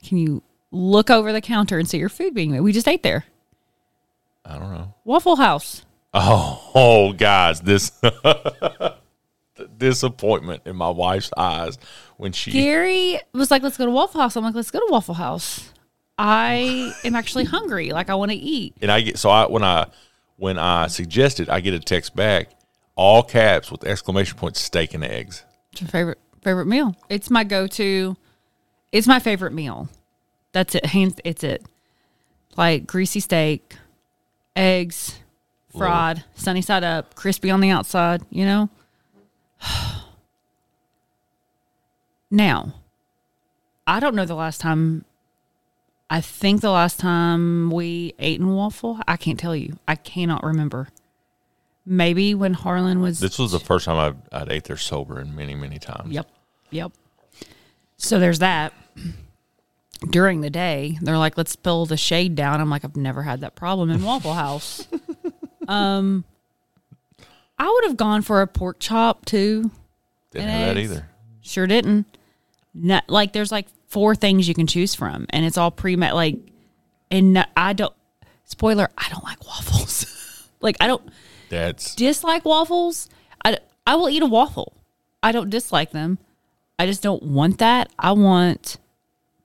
S3: Can you look over the counter and see your food being made? We just ate there.
S2: I don't know.
S3: Waffle House.
S2: Oh, oh, guys, this the disappointment in my wife's eyes when she
S3: Gary was like, let's go to Waffle House. I'm like, let's go to Waffle House. I am actually hungry. Like, I want to eat.
S2: and I get so I when I when I suggested I get a text back all caps with exclamation points steak and eggs.
S3: It's your favorite favorite meal. It's my go to. It's my favorite meal. That's it. Hands. It's it. Like greasy steak, eggs, fried, sunny side up, crispy on the outside. You know. now, I don't know the last time. I think the last time we ate in waffle, I can't tell you. I cannot remember. Maybe when Harlan was
S2: This was the first time I've, I'd ate there sober in many many times.
S3: Yep. Yep. So there's that. During the day, they're like, let's pull the shade down. I'm like, I've never had that problem in Waffle House. um, I would have gone for a pork chop too.
S2: Didn't
S3: And
S2: have that
S3: eggs.
S2: either.
S3: Sure didn't. No, like, there's like four things you can choose from, and it's all pre met. Like, and no, I don't, spoiler, I don't like waffles. like, I don't,
S2: That's
S3: dislike waffles. I, I will eat a waffle. I don't dislike them. I just don't want that. I want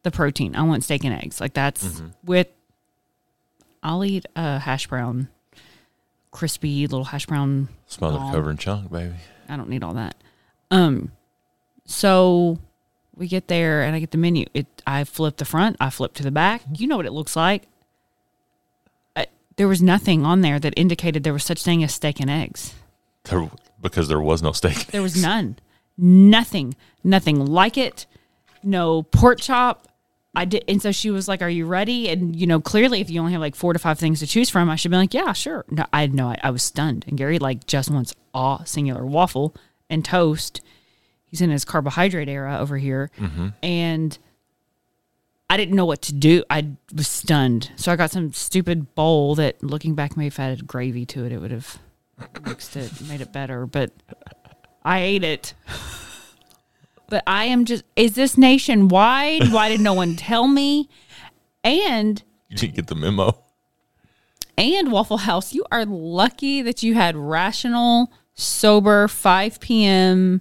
S3: the protein. I want steak and eggs. Like that's with. I'll eat a hash brown, crispy little hash brown.
S2: smothered,
S3: bomb.
S2: covered, and chunk, baby.
S3: I don't need all that. Um, so we get there and I get the menu. It I flip the front, I flip to the back. You know what it looks like. I, there was nothing on there that indicated there was such thing as steak and eggs.
S2: There, because there was no steak.
S3: There was none. Nothing. Nothing like it. No pork chop. I did and so she was like, Are you ready? And you know, clearly if you only have like four to five things to choose from, I should be like, Yeah, sure. No, I had no I, I was stunned. And Gary like just wants all singular waffle and toast. He's in his carbohydrate era over here. And I didn't know what to do. I was stunned. So I got some stupid bowl that looking back, maybe if I had gravy to it, it would have mixed it, made it better, but I ate it. But I am just, is this nationwide? Why did no one tell me? And,
S2: You didn't get the memo.
S3: and Waffle House, you are lucky that you had rational, sober, 5 p.m.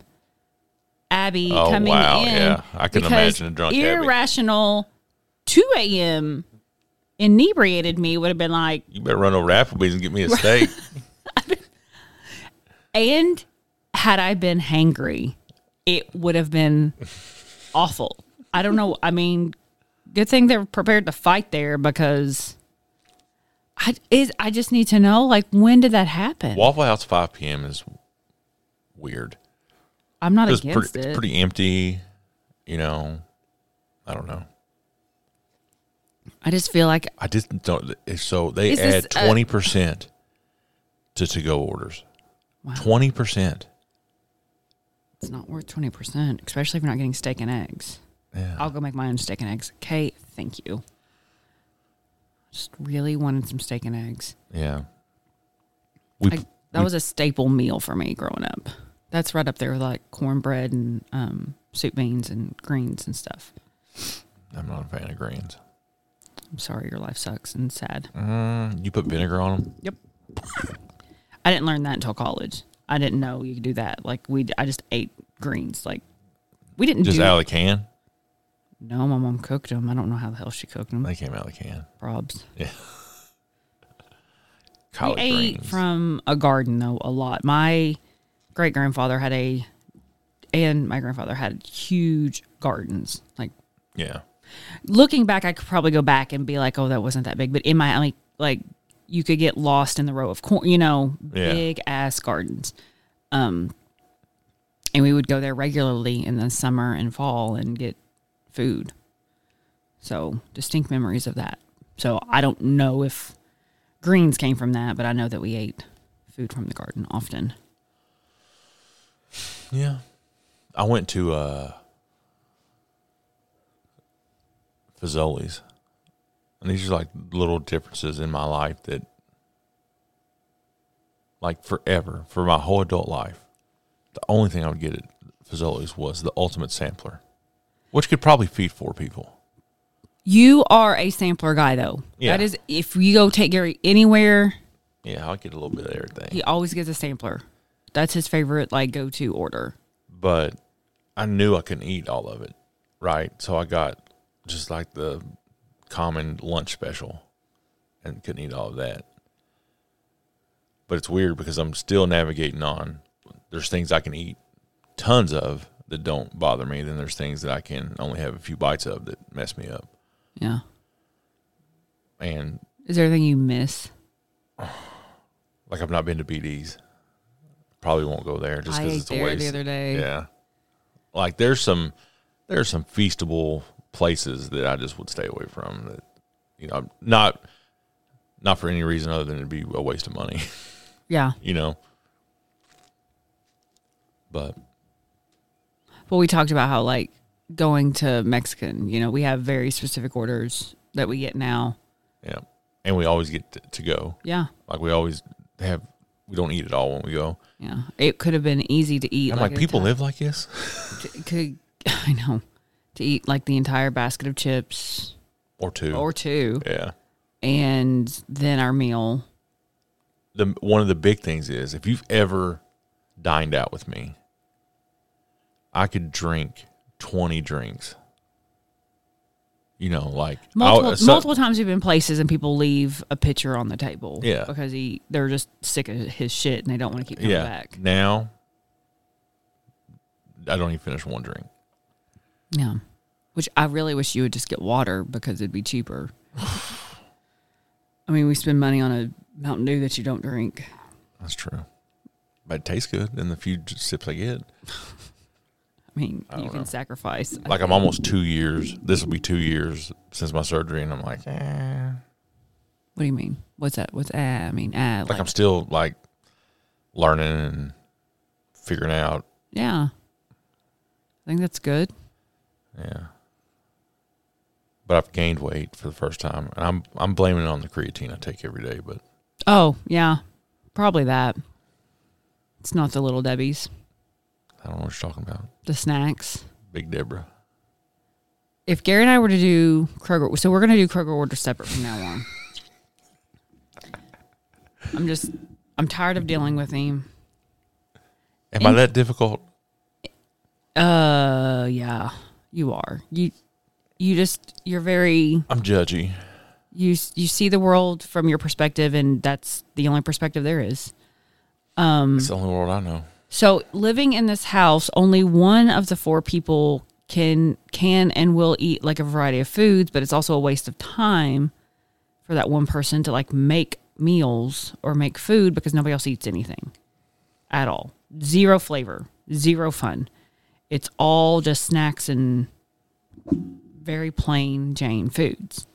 S3: Abby
S2: Oh,
S3: coming
S2: wow,
S3: in.
S2: yeah. I can
S3: because
S2: imagine a drunk Abby.
S3: Irrational 2 a.m. inebriated me would have been like,
S2: You better run over to Applebee's and get me a steak.
S3: And had I been hangry, it would have been awful. I don't know. I mean, good thing they're prepared to fight there because I is I just need to know like when did that happen?
S2: Waffle House 5 p.m. is weird.
S3: I'm not
S2: It's
S3: against
S2: pretty,
S3: it.
S2: it's pretty empty. You know, I don't know.
S3: I just feel like
S2: I just don't. So they
S3: Is
S2: add
S3: this a-
S2: twenty percent to to go orders. Twenty percent.
S3: it's not worth twenty percent, especially if you're not getting steak and eggs.
S2: Yeah.
S3: I'll go make my own steak and eggs. Kate, thank you. Just really wanted some steak and eggs.
S2: Yeah. We
S3: I, that was a staple meal for me growing up. That's right up there with like cornbread and um, soup beans and greens and stuff.
S2: I'm not a fan of greens.
S3: I'm sorry, your life sucks and sad.
S2: Mm, you put vinegar on them.
S3: Yep. I didn't learn that until college. I didn't know you could do that. Like we, I just ate greens. Like we didn't
S2: Just
S3: do.
S2: out of the can.
S3: no, my mom cooked them. I don't know how the hell she cooked them.
S2: They came out of the can.
S3: Probs.
S2: Collard
S3: we ate
S2: greens.
S3: from a garden though a lot. My great grandfather had a, and my grandfather had huge gardens. Like
S2: yeah.
S3: looking back, I could probably go back and be like, "Oh, that wasn't that big." But in my like, like you could get lost in the row of corn, you know,
S2: Yeah.
S3: big ass gardens. Um, and we would go there regularly in the summer and fall and get food. So distinct memories of that. So I don't know if greens came from that, but I know that we ate food from the garden often.
S2: Yeah. I went to uh Fazoli's. And these are like little differences in my life that like forever, for my whole adult life, the only thing I would get at Fazoli's was the ultimate sampler. Which could probably feed four people.
S3: You are a sampler guy, though.
S2: Yeah.
S3: That is, if you go take Gary anywhere,
S2: Yeah, I'll get a little bit of everything.
S3: He always gets a sampler. That's his favorite like go to order.
S2: but I knew I couldn't eat all of it, right? So I got just like the common lunch special and couldn't eat all of that. But it's weird because I'm still navigating on there's things I can eat tons of that don't bother me, then there's things that I can only have a few bites of that mess me up.
S3: Yeah.
S2: And
S3: Is there anything you miss?
S2: like I've not been to BD's. Probably won't go there just
S3: I
S2: because
S3: ate
S2: it's a
S3: there the
S2: waste.
S3: other day.
S2: Yeah, like there's some there's some feastable places that I just would stay away from. That you know, I'm not not for any reason other than it'd be a waste of money.
S3: Yeah.
S2: You know, but
S3: Well, we talked about how like going to Mexican, you know, we have very specific orders that we get now.
S2: yeah, and we always get to, to go.
S3: Yeah.
S2: Like we always have. We don't eat it all when we go.
S3: Yeah. It could have been easy to eat.
S2: I'm like,
S3: an
S2: people
S3: entire-
S2: live like this.
S3: t- could I know. To eat like the entire basket of chips
S2: Or two.
S3: or two
S2: yeah.
S3: and then our meal.
S2: the one of the big things is if you've ever dined out with me, I could drink twenty drinks. You know, like
S3: Multiple,
S2: I'll- Oh, so-
S3: multiple times we've been places and people leave a pitcher on the table.
S2: Yeah.
S3: Because he they're just sick of his shit and they don't want to keep coming
S2: Yeah.
S3: back.
S2: Now, I don't even finish one drink.
S3: Yeah. Which I really wish you would just get water because it'd be cheaper. I mean, we spend money on a Mountain Dew that you don't drink.
S2: That's true, but it tastes good. And the few j- sips I get,
S3: I mean,
S2: I
S3: you
S2: don't
S3: can
S2: know.
S3: sacrifice. I
S2: like I'm
S3: think.
S2: almost two years. This will be two years since my surgery, and I'm like, eh.
S3: What do you mean? What's that? What's ah? I mean, ah. Like,
S2: like I'm still like learning and figuring out.
S3: yeah. I think that's good.
S2: Yeah. But I've gained weight for the first time, and I'm I'm blaming it on the creatine I take every day. But
S3: Oh yeah, probably that. It's not the little Debbie's,
S2: I don't know what you're talking about.
S3: the snacks.
S2: Big Deborah.
S3: If Gary and I were to do Kroger, so we're going to do Kroger order separate from now on. I'm just, I'm tired of dealing with him.
S2: Am I that difficult?
S3: Uh, yeah, you are. You, you just, you're very,
S2: I'm judgy.
S3: you, you see the world from your perspective, and that's the only perspective there is.
S2: It's the only world I know.
S3: So living in this house, only one of the four people can can and will eat like a variety of foods, but it's also a waste of time for that one person to like make meals or make food because nobody else eats anything at all. Zero flavor, zero fun. It's all just snacks and very plain Jane foods.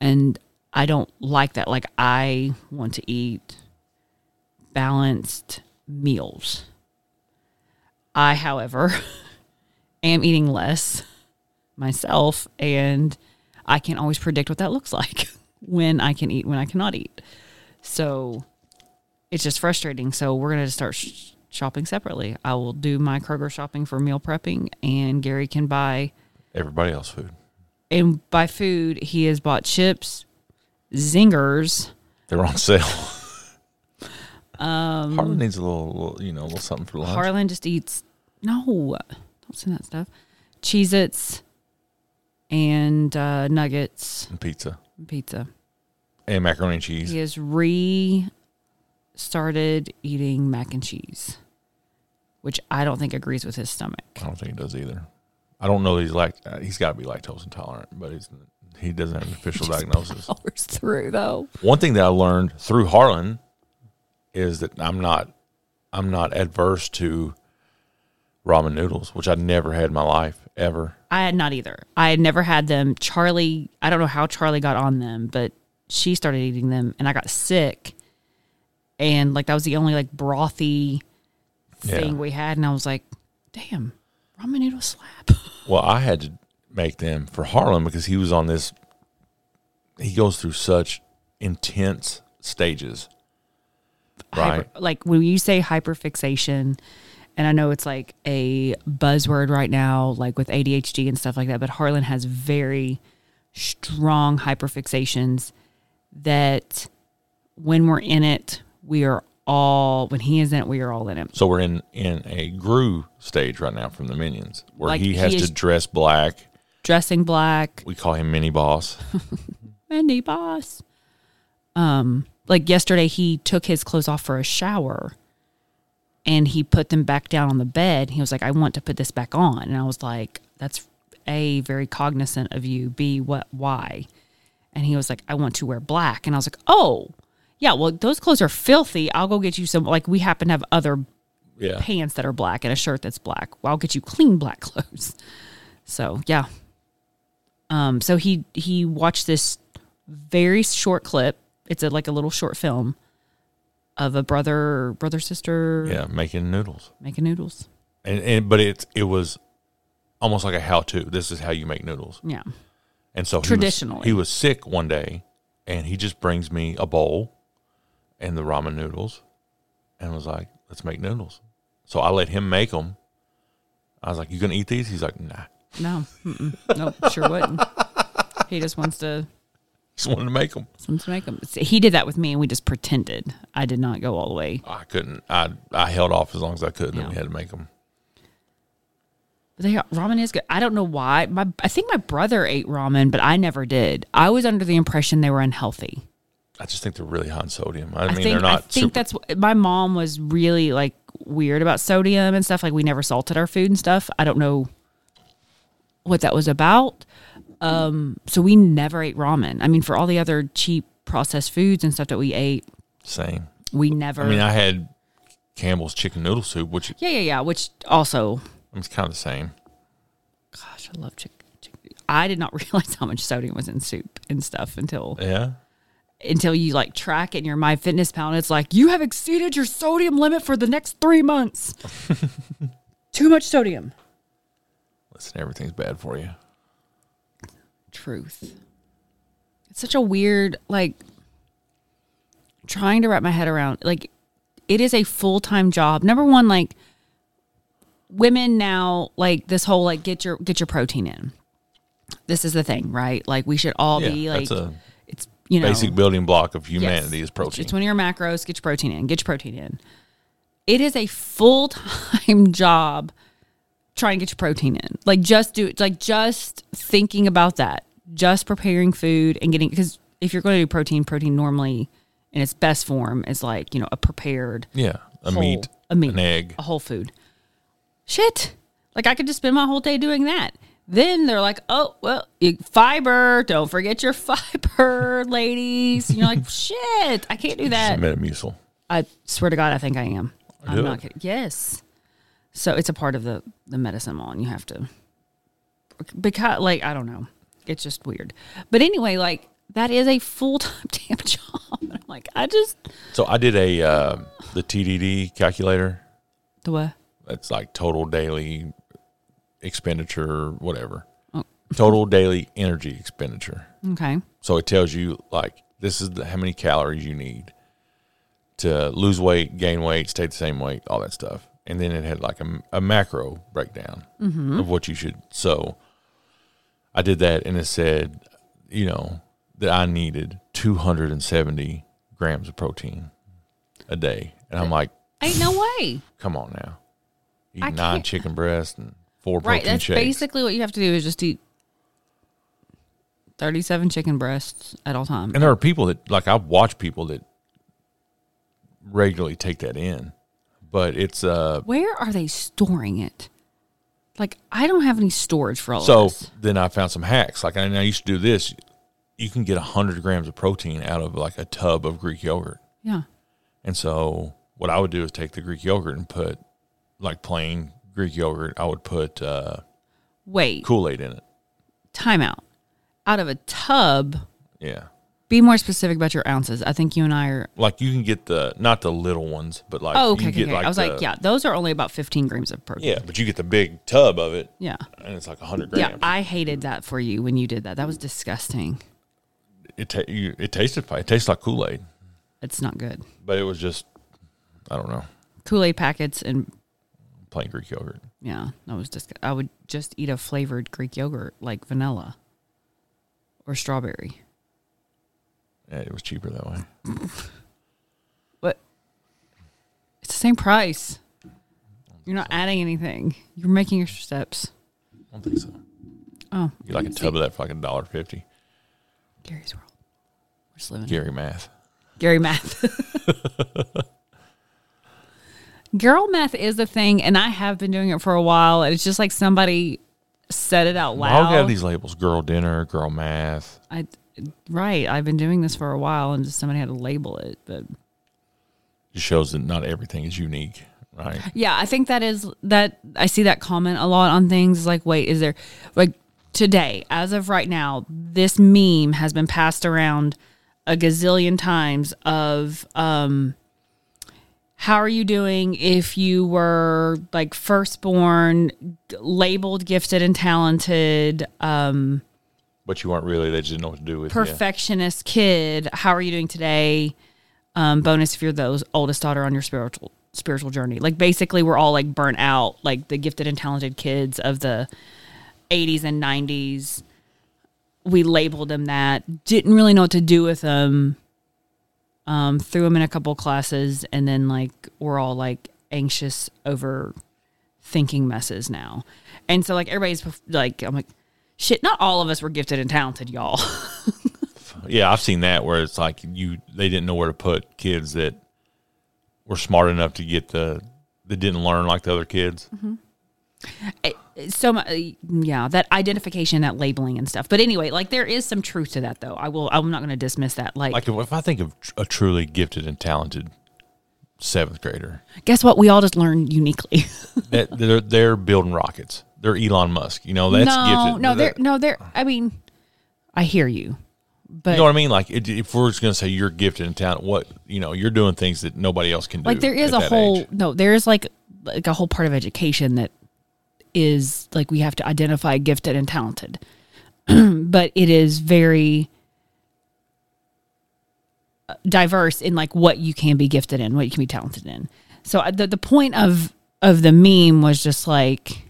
S3: And I don't like that. Like I want to eat balanced meals. I, however, am eating less myself, and I can always predict what that looks like when I can eat, when I cannot eat. So it's just frustrating. So we're going to start sh- shopping separately. I will do my Kroger shopping for meal prepping, and Gary can buy
S2: Everybody else food.
S3: and buy food. He has bought chips, zingers.
S2: They're on sale. Um, Harlan needs a little, little, you know, a little something for lunch.
S3: Harlan just eats no, don't send that stuff. Cheez Its and uh, nuggets
S2: and pizza
S3: and pizza.
S2: and macaroni and cheese.
S3: He has re started eating mac and cheese, which I don't think agrees with his stomach.
S2: I don't think he does either. I don't know. That he's like uh, he's got to be lactose intolerant, but he's, he doesn't have an official diagnosis.
S3: Powers through though.
S2: One thing that I learned through Harlan is that I'm not I'm not adverse to ramen noodles, which I never had in my life ever.
S3: I had not either. I had never had them. Charlie, I don't know how Charlie got on them, but she started eating them and I got sick. And like that was the only like brothy thing
S2: Yeah.
S3: we had. And I was like, damn, ramen noodle slap.
S2: Well, I had to make them for Harlan because he was on this. He goes through such intense stages, right?
S3: Hyper- like when you say hyperfixation, and I know it's like a buzzword right now, like with ADHD and stuff like that, but Harlan has very strong hyperfixations that when we're in it, we are all, when he is in it, we are all in it.
S2: So we're in in a Gru stage right now from the Minions, where
S3: Like,
S2: he has
S3: he is-
S2: to dress black.
S3: Dressing black,
S2: We call him Mini Boss.
S3: Mandy boss. Um, like yesterday, he took his clothes off for a shower, and he put them back down on the bed. He was like, "I want to put this back on," and I was like, "That's a very cognizant of you. B what why?" And he was like, "I want to wear black," and I was like, "Oh, yeah. Well, those clothes are filthy. I'll go get you some. Like we happen to have other
S2: Yeah,
S3: pants that are black and a shirt that's black. Well, I'll get you clean black clothes. So yeah. Um. So he he watched this very short clip. It's a, like a little short film of a brother brother sister
S2: yeah, making noodles,
S3: making noodles.
S2: and and but it it was almost like a how to. This is how you make noodles.
S3: Yeah.
S2: And so he was-
S3: Traditionally.
S2: he was sick one day, and he just brings me a bowl and the ramen noodles, and was like, "Let's make noodles." So I let him make them. I was like, "You gonna eat these?" He's like, "Nah."
S3: No. Mm-mm. Nope. Sure wouldn't. He just wants to
S2: Just wanted to make them.
S3: just wants to make them. He did that with me, and we just pretended. I did not go all the way.
S2: I couldn't. I I held off as long as I could, and then
S3: Yeah.
S2: we had to make them.
S3: But They ramen is good. I don't know why. My I think my brother ate ramen, but I never did. I was under the impression they were unhealthy.
S2: I just think they're really high in sodium. I,
S3: I,
S2: mean,
S3: think
S2: they're not.
S3: I think
S2: super-
S3: that's wh- my mom was really like weird about sodium and stuff. Like we never salted our food and stuff. I don't know what that was about. Um, so we never ate ramen. I mean, for all the other cheap processed foods and stuff that we ate,
S2: same.
S3: we never.
S2: I mean, I had Campbell's chicken noodle soup, which
S3: yeah, yeah, yeah. Which also,
S2: is kind of the same.
S3: gosh, I love chicken. chicken. I did not realize how much sodium was in soup and stuff until
S2: Yeah.
S3: until you like track it in your my fitness pal and it's like you have exceeded your sodium limit for the next three months too much sodium
S2: Listen, everything's bad for you.
S3: truth it's such a weird like trying to wrap my head around like it is a full time job. Number one, like women now, like this whole like get your get your protein in. This is the thing, right? Like we should all be
S2: Yeah,
S3: like
S2: that's a
S3: it's you know
S2: Basic building block of
S3: Yes.
S2: humanity is protein.
S3: It's one of your macros. Get your protein in. Get your protein in. It is a full time job trying to get your protein in. Like just do it. Like just thinking about that. Just preparing food and getting because if you're going to do protein, protein normally in its best form is like you know a prepared
S2: yeah, a
S3: whole-
S2: meat,
S3: Oh, a meat,
S2: an egg.
S3: a whole food. Shit, like I could just spend my whole day doing that. Then they're like, oh well, you- fiber. Don't forget your fiber, ladies. And you're like, shit, I can't do that.
S2: Some Metamucil.
S3: I swear to God, I think I am. I'm
S2: Really?
S3: not kidding. Yes. So it's a part of the the medicine law, and you have to because like I don't know, it's just weird. But anyway, like that is a full time damn job. And I'm like, I just
S2: So I did a uh, the TDD calculator.
S3: the what?
S2: That's like total daily expenditure, whatever.
S3: Oh.
S2: Total daily energy expenditure.
S3: Okay,
S2: So it tells you like this is the, how many calories you need to lose weight, gain weight, stay the same weight, all that stuff. And then it had like a, a macro breakdown
S3: Mm-hmm.
S2: of what you should. So I did that, and it said, you know, that I needed 270 grams of protein a day, and I'm like,
S3: ain't no way.
S2: come on now, eat
S3: I
S2: 9
S3: can't-
S2: chicken breasts and four
S3: Right.
S2: protein
S3: That's
S2: shakes.
S3: basically what you have to do is just eat thirty seven chicken breasts at all times.
S2: And there are people that like I watch people that regularly take that in, but it's uh
S3: Where are they storing it? Like I don't have any storage for all
S2: so
S3: of this.
S2: then I found some hacks. Like I, and I used to do this. You can get hundred grams of protein out of like a tub of Greek yogurt.
S3: Yeah.
S2: And so what I would do is take the Greek yogurt and put like plain Greek yogurt. I would put uh,
S3: Wait.
S2: Kool Aid in it.
S3: timeout out of a tub.
S2: Yeah,
S3: Be more specific about your ounces. I think you and I are.
S2: like you can get the not the little ones, but like
S3: oh,
S2: you
S3: okay, okay.
S2: get
S3: okay. I was like,
S2: the-
S3: yeah, those are only about 15 grams of protein.
S2: yeah, but you get the big tub of it,
S3: Yeah.
S2: and it's like hundred grams.
S3: Yeah. I hated that for you when you did that. That was disgusting.
S2: it ta- you, it tasted fine. It tastes like Kool Aid,
S3: It's not good.
S2: but it was just I don't know
S3: Kool Aid packets and
S2: plain Greek yogurt.
S3: yeah, that was disgusting. I would just eat a flavored Greek yogurt like vanilla or strawberry.
S2: Yeah, it was cheaper that way.
S3: But it's the same price. You're not adding anything, you're making your steps.
S2: I don't think so.
S3: Oh,
S2: You get like a tub of that for like a dollar fifty.
S3: Gary's World. We're just living.
S2: Gary math.
S3: Gary math. Girl math is a thing, and I have been doing it for a while. And it's just like somebody said it out
S2: Wow. I all
S3: loud.
S2: got these labels: girl dinner, girl math.
S3: I, right, I've been doing this for a while, and just somebody had to label it. But
S2: Just shows that not everything is unique, right?
S3: yeah, I think that is that. I see that comment a lot on things. It's Like, wait, is there like today, as of right now, this meme has been passed around a gazillion times of um how are you doing if you were like firstborn g- labeled gifted and talented um
S2: But you aren't really. They just didn't know what to do with you.
S3: perfectionist kid how are you doing today um bonus if you're the oldest daughter on your spiritual spiritual journey like basically we're all like burnt out like the gifted and talented kids of the 80s and 90s we labeled them that didn't really know what to do with them um threw them in a couple classes and then like we're all like anxious over thinking messes now and so like everybody's like i'm like shit not all of us were gifted and talented y'all
S2: Yeah, I've seen that where it's like you they didn't know where to put kids that were smart enough to get the that didn't learn like the other kids.
S3: so mu- uh, yeah that identification that labeling and stuff but anyway like there is some truth to that though i will i'm not going to dismiss that like,
S2: Like if, if I think of tr- a truly gifted and talented seventh grader,
S3: guess what we all just learn uniquely
S2: that they're they're building rockets. They're Elon Musk. You know that's
S3: no
S2: gifted.
S3: no they're
S2: That-
S3: no they're i mean i hear you but
S2: You know what I mean? Like it, if we're just gonna say you're gifted and talented, what you know, you're doing things that nobody else can do.
S3: like there is
S2: at
S3: a
S2: that
S3: whole
S2: age.
S3: no there is like like a whole part of education that is like we have to identify gifted and talented but it is very uh, diverse in like what you can be gifted in, what you can be talented in. So I- the the point of of the meme was just like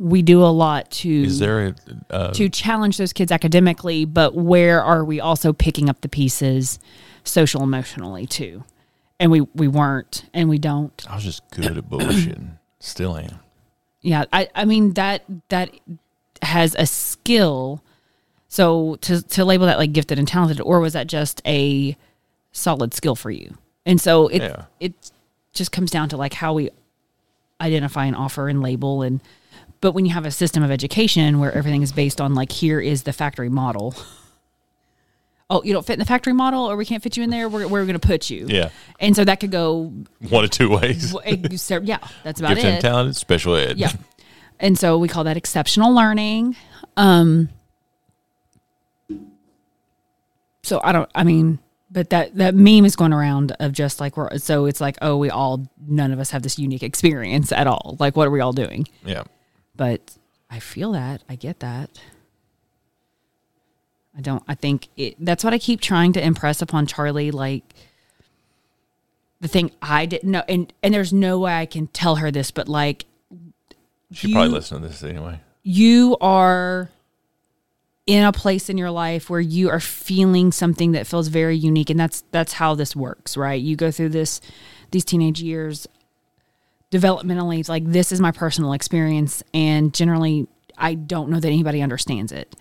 S3: we do a lot to
S2: Is there a, uh,
S3: to challenge those kids academically, but where are we also picking up the pieces social emotionally too? And we we weren't and we don't.
S2: I was just good at bullshitting. Still am.
S3: Yeah, I I mean that that has a skill. So to to label that like gifted and talented or was that just a solid skill for you? And so it
S2: Yeah.
S3: it just comes down to like how we identify and offer and label and but when you have a system of education where everything is based on like here is the factory model oh you don't fit in the factory model or we can't fit you in there we're, we're going to put you
S2: Yeah.
S3: and so that could go eh,
S2: One of two ways.
S3: yeah that's about
S2: Gifted
S3: it
S2: and talented, special ed.
S3: yeah and so we call that exceptional learning um so i don't i mean but that that meme is going around of just like we're so it's like oh we all none of us have this unique experience at all like what are we all doing
S2: yeah.
S3: but I feel that. I get that. I don't, I think it, that's what I keep trying to impress upon Charlie. Like the thing I didn't know, and, and there's no way I can tell her this, but like,
S2: She probably
S3: you-
S2: listened to this anyway.
S3: you are in a place in your life where you are feeling something that feels very unique and that's that's how this works right you go through this these teenage years developmentally it's like this is my personal experience and generally i don't know that anybody understands it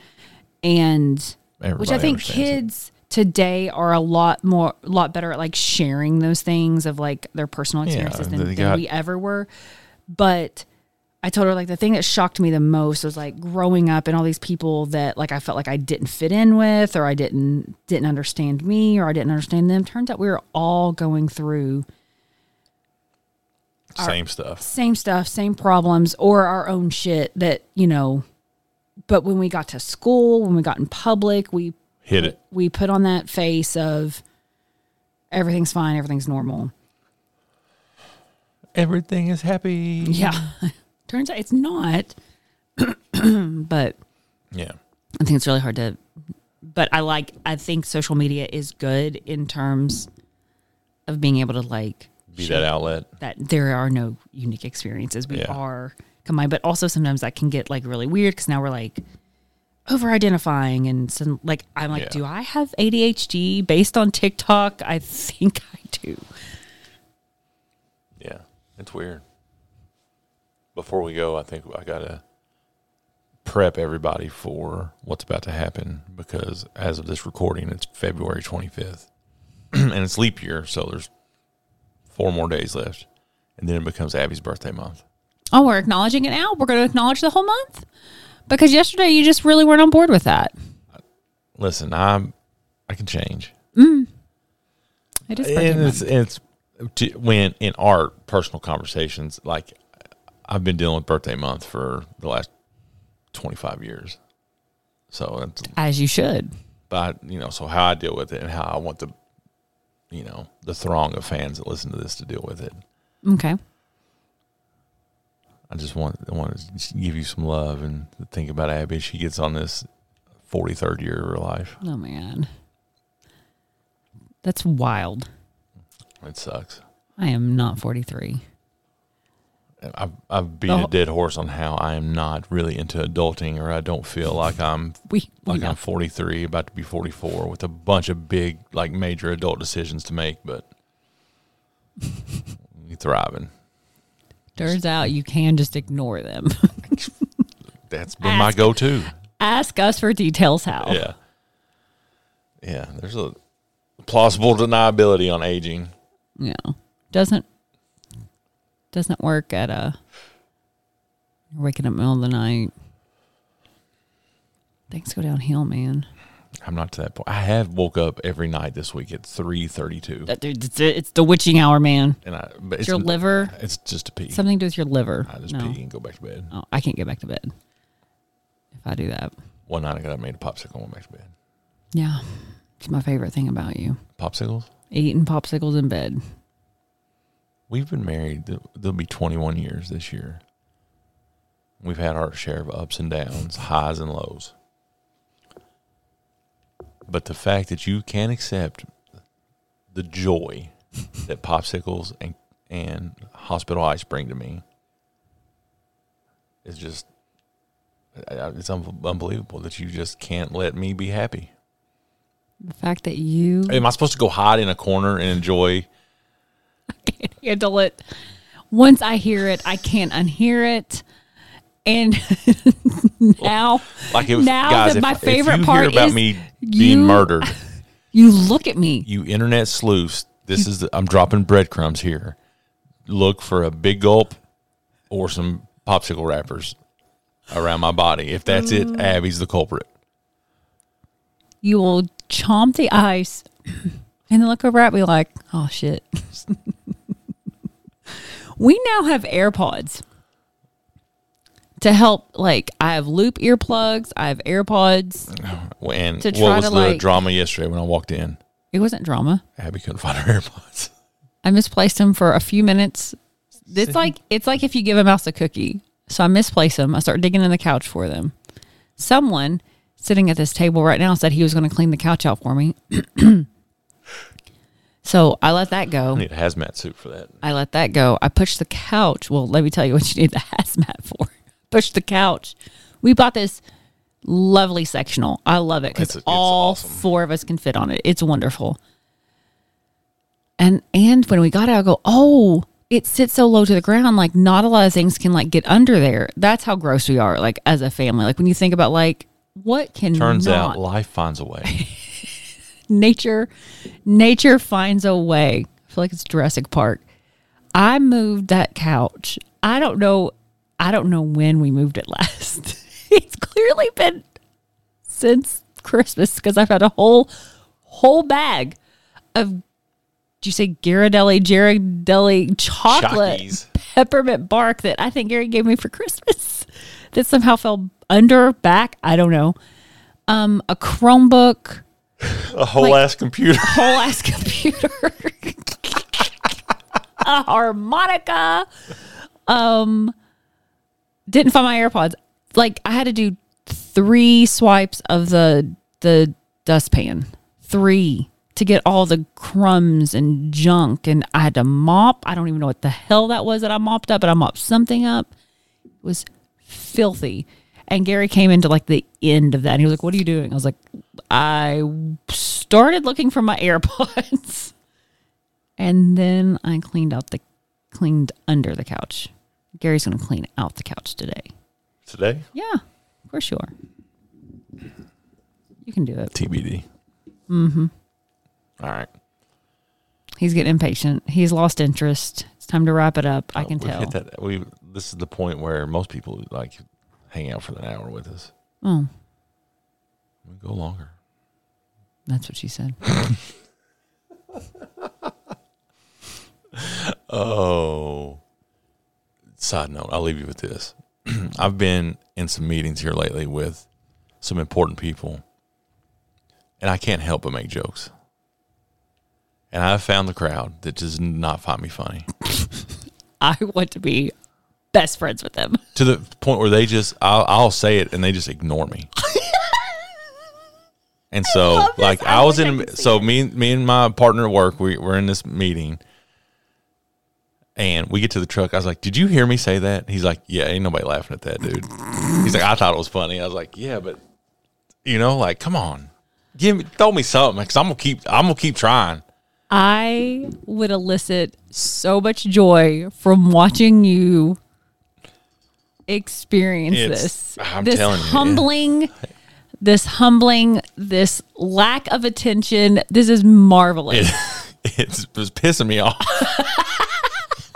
S3: and which
S2: Everybody
S3: i think
S2: understands it.
S3: kids today are a lot more lot better at like sharing those things of like their personal
S2: Yeah,
S3: experiences than,
S2: they
S3: than
S2: got-
S3: we ever were but I told her like the thing that shocked me the most was like growing up and all these people that like I felt like I didn't fit in with or I didn't didn't understand me or I didn't understand them. Turns out we were all going through
S2: Same stuff.
S3: same stuff, same problems or our own shit that, you know, but when we got to school, when we got in public, we
S2: Hit it.
S3: we put on that face of everything's fine, everything's normal.
S2: Everything is happy.
S3: Yeah. Turns out it's not. but
S2: Yeah.
S3: I think it's really hard to, but I like, I think social media is good in terms of being able to like
S2: Be that outlet.
S3: that there are no unique experiences. We
S2: Yeah.
S3: are combined, but also sometimes that can get like really weird because now we're like over identifying and some like, I'm like,
S2: Yeah.
S3: do I have ADHD based on TikTok? I think I do.
S2: Yeah. It's weird. Before we go, I think I got to prep everybody for what's about to happen because as of this recording, it's February 25th and it's leap year. So there's four more days left. And then it becomes Abby's birthday month.
S3: Oh, we're acknowledging it now. We're going to acknowledge the whole month because yesterday you just really weren't on board with that.
S2: Listen, I'm, I can change.
S3: It is
S2: and
S3: pretty
S2: it's, it's to, when in our personal conversations, like I've been dealing with birthday month for the last 25 years. So it's,
S3: as you should.
S2: but I, you know, so how I deal with it and how I want the, you know, the throng of fans that listen to this to deal with it.
S3: Okay.
S2: I just want, I want to give you some love and think about Abby. She gets on this 43rd year of her life.
S3: Oh man, that's wild.
S2: It sucks.
S3: I am not forty three.
S2: I've, I've beat
S3: The-
S2: a dead horse on how I am not really into adulting or I don't feel like I'm
S3: We, we
S2: like
S3: know.
S2: I'm 43, about to be 44, with a bunch of big, like major adult decisions to make, but you thriving.
S3: turns out you can just ignore them.
S2: That's been my go-to.
S3: Ask us for details. How?
S2: Yeah, yeah. There's a plausible deniability on aging.
S3: Yeah. Doesn't doesn't work at a you're waking up in the middle of the night. Things go downhill, man.
S2: I'm not to that point. I have woke up every night this week at 3:32,
S3: That- dude, It's it's the witching hour, man.
S2: and I but it's
S3: It's your liver.
S2: It's just a pee.
S3: Something to do with your liver.
S2: I just
S3: no.
S2: pee and go back to bed.
S3: Oh, I can't get back to bed if I do that.
S2: One night I got up, made a popsicle, and went back to bed.
S3: Yeah. It's my favorite thing about you.
S2: Popsicles.
S3: Eating popsicles in bed.
S2: We've been married. th- They'll be 21 years this year. We've had our share of ups and downs, highs and lows. But the fact that you can accept the joy that popsicles and and hospital ice bring to me is just I- I- it's un- unbelievable that you just can't let me be happy.
S3: The fact that you
S2: Am I supposed to go hide in a corner and enjoy?
S3: can't handle it. Once I hear it, I can't unhear it. And now,
S2: Like it was,
S3: now
S2: guys.
S3: that
S2: if,
S3: my
S2: if
S3: favorite
S2: you
S3: part
S2: hear about
S3: is
S2: me
S3: you-
S2: being murdered,
S3: you look at me.
S2: you internet sleuths. This is the, I'm dropping breadcrumbs here. Look for a big gulp or some popsicle wrappers around my body. If that's
S3: Mm.
S2: it, Abby's the culprit.
S3: You will chomp the ice and then look over at me like, oh shit. we now have AirPods to help. Like, I have loop earplugs, I have AirPods.
S2: And
S3: To try
S2: what was
S3: to,
S2: the
S3: like-
S2: drama yesterday when I walked in?
S3: It wasn't drama.
S2: Abby couldn't find her AirPods.
S3: I misplaced them for a few minutes. It's like it's like if you give a mouse a cookie. So I misplaced them. I start digging in the couch for them. Someone sitting at this table right now said he was going to clean the couch out for me. so I let that
S2: I
S3: go.
S2: need a hazmat suit for that.
S3: I let that go. I pushed the couch. Well, let me tell you what you need the hazmat for. Push the couch. We bought this lovely sectional. I love it
S2: It's-
S3: because
S2: it's
S3: all
S2: awesome.
S3: four of us can fit on it. It's wonderful. And and when we got it, I go, oh, it sits so low to the ground. Like not a lot of things can like get under there. That's how gross we are. Like as a family. Like when you think about like what can
S2: Turns
S3: not-
S2: out life finds a way.
S3: nature nature finds a way i feel like it's jurassic park i moved that couch i don't know i don't know when we moved it last it's clearly been since christmas because i've had a whole whole bag of did you say Ghirardelli, Ghirardelli chocolate
S2: Chockies.
S3: peppermint bark that I think Gary gave me for Christmas that somehow fell under back? I don't know. Um, a Chromebook,
S2: A whole ass computer.
S3: whole ass computer, a harmonica. Um, didn't find my AirPods. Like I had to do three swipes of the the dustpan, three to get all the crumbs and junk, and I had to mop. I don't even know what the hell that was that I mopped up, but I mopped something up. It was filthy. And Gary came into like the end of that and he was like, What are you doing? I was like, I started looking for my AirPods. And then I cleaned out the cleaned under the couch. Gary's gonna clean out the couch today.
S2: Today?
S3: Yeah, of course you are. You can do it.
S2: TBD. Mm-hmm. All right.
S3: He's getting impatient. He's lost interest. It's time to wrap it up. I can
S2: We've
S3: tell.
S2: Hit Oh, that. We this is the point where most people like hang out for an hour with us.
S3: Oh,
S2: We go longer.
S3: that's what she said.
S2: Oh. Side note, I'll leave you with this. I've been in some meetings here lately with some important people, and I can't help but make jokes. And I've found the crowd that does not find me funny
S3: I want to be best friends with them.
S2: to the point where they just, I'll, I'll say it and they just ignore me. And so,
S3: love this.
S2: like,
S3: I
S2: I, was
S3: wish I
S2: in.
S3: could
S2: A,
S3: see
S2: so me, and me and my partner at work, we were in this meeting, and we get to the truck. I was like, "Did you hear me say that?" He's like, "Yeah, ain't nobody laughing at that, dude." He's like, "I thought it was funny." I was like, "Yeah, but you know, like, come on, give me, throw me something, because I'm gonna keep, I'm gonna keep trying."
S3: I would elicit so much joy from watching you experience
S2: It's-
S3: this.
S2: I'm
S3: this
S2: telling you, yeah.
S3: humbling, this humbling, this lack of attention. This is marvelous.
S2: It, it's, it was pissing me off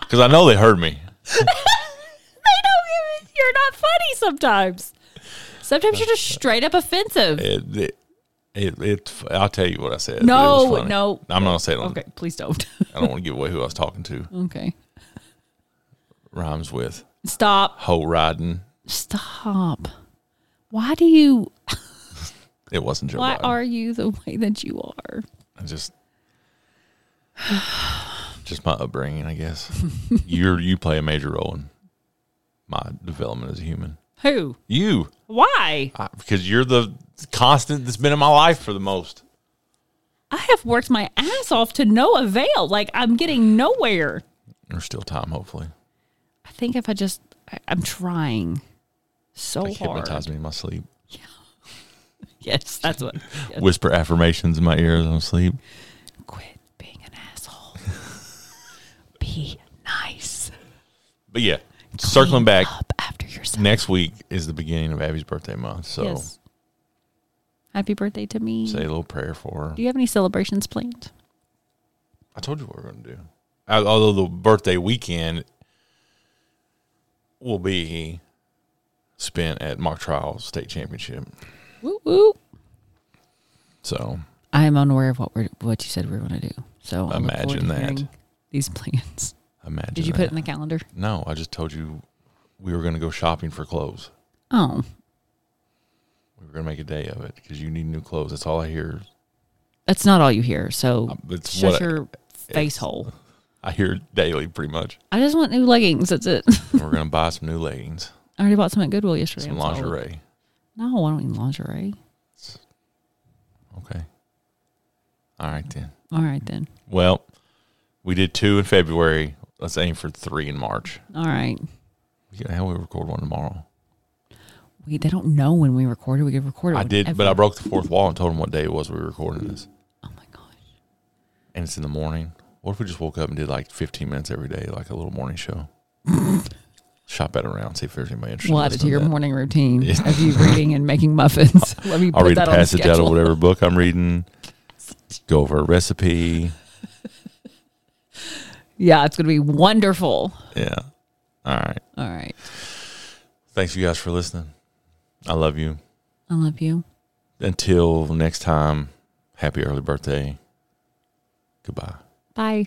S2: because I know they heard me.
S3: I don't even- You're not funny sometimes. Sometimes you're just straight up offensive.
S2: It, it, it, it eh, I'll tell you what I said. but it
S3: No,
S2: was funny.
S3: no.
S2: I'm not gonna say it. On,
S3: Okay, please don't.
S2: I don't want to give away who I was talking to.
S3: okay.
S2: Rhymes with
S3: Stop.
S2: hoe riding.
S3: Stop. Why do you
S2: It wasn't Joe
S3: why
S2: Biden.
S3: are you the way that you are?
S2: I just, just my upbringing, I guess. You're you play a major role in my development as a human.
S3: Who?
S2: You,
S3: Why?
S2: I, because you're the constant that's been in my life for the most.
S3: I have worked my ass off to no avail. Like I'm getting nowhere.
S2: There's still time, hopefully.
S3: I think if I just, I, I'm trying so
S2: like
S3: hard.
S2: hypnotize me in my sleep.
S3: Yes, that's what. yes.
S2: Whisper affirmations in my ear as I'm asleep.
S3: Quit being an asshole. Be nice.
S2: But yeah, circling back,
S3: Up after yourself.
S2: next week is the beginning of Abby's birthday month. So
S3: Yes. Happy birthday to me.
S2: say a little prayer for her.
S3: Do you have any celebrations planned?
S2: I told you what we're going to do. Al- Although the birthday weekend will be spent at mock trial state championship.
S3: Woo woo.
S2: So
S3: I am unaware of what we're what you said we were going to do. So I look forward
S2: Imagine
S3: to
S2: that.
S3: hearing These plans.
S2: imagine.
S3: Did you
S2: that.
S3: put it in the calendar?
S2: No, I just told you we were going to go shopping for clothes.
S3: Oh,
S2: We were going to make a day of it because you need new clothes. That's all I hear.
S3: that's not all you hear. So
S2: Um, it's
S3: shut
S2: what I-
S3: your face
S2: it's-
S3: hole.
S2: I hear daily pretty much.
S3: I just want new leggings. That's it. I
S2: And we're going to buy some new leggings,
S3: already bought some at Goodwill yesterday.
S2: some
S3: I'm solid.
S2: lingerie.
S3: No, I don't need lingerie.
S2: Okay. All right then.
S3: All right then.
S2: Well, we did two in February. Let's aim for three in March.
S3: All right.
S2: We can, hell, we record one tomorrow.
S3: We they don't know when we recorded. We could record it.
S2: I did, but
S3: whenever.
S2: I broke the fourth wall and told them what day it was we were recording this.
S3: Oh my gosh.
S2: And it's in the morning. What if we just woke up and did like 15 minutes every day, like a little morning show? Shop that around, see if there's anybody interested.
S3: We'll
S2: in
S3: add it to
S2: listening
S3: your
S2: that.
S3: morning routine of you reading and making muffins. Let me put
S2: I'll read a
S3: that on the
S2: passage out of
S3: schedule.
S2: whatever book I'm reading, go over a recipe.
S3: Yeah, it's gonna be wonderful.
S2: Yeah. All right.
S3: All right.
S2: Thanks, you guys, for listening. I love you.
S3: I love you.
S2: Until next time, happy early birthday. Goodbye.
S3: Bye.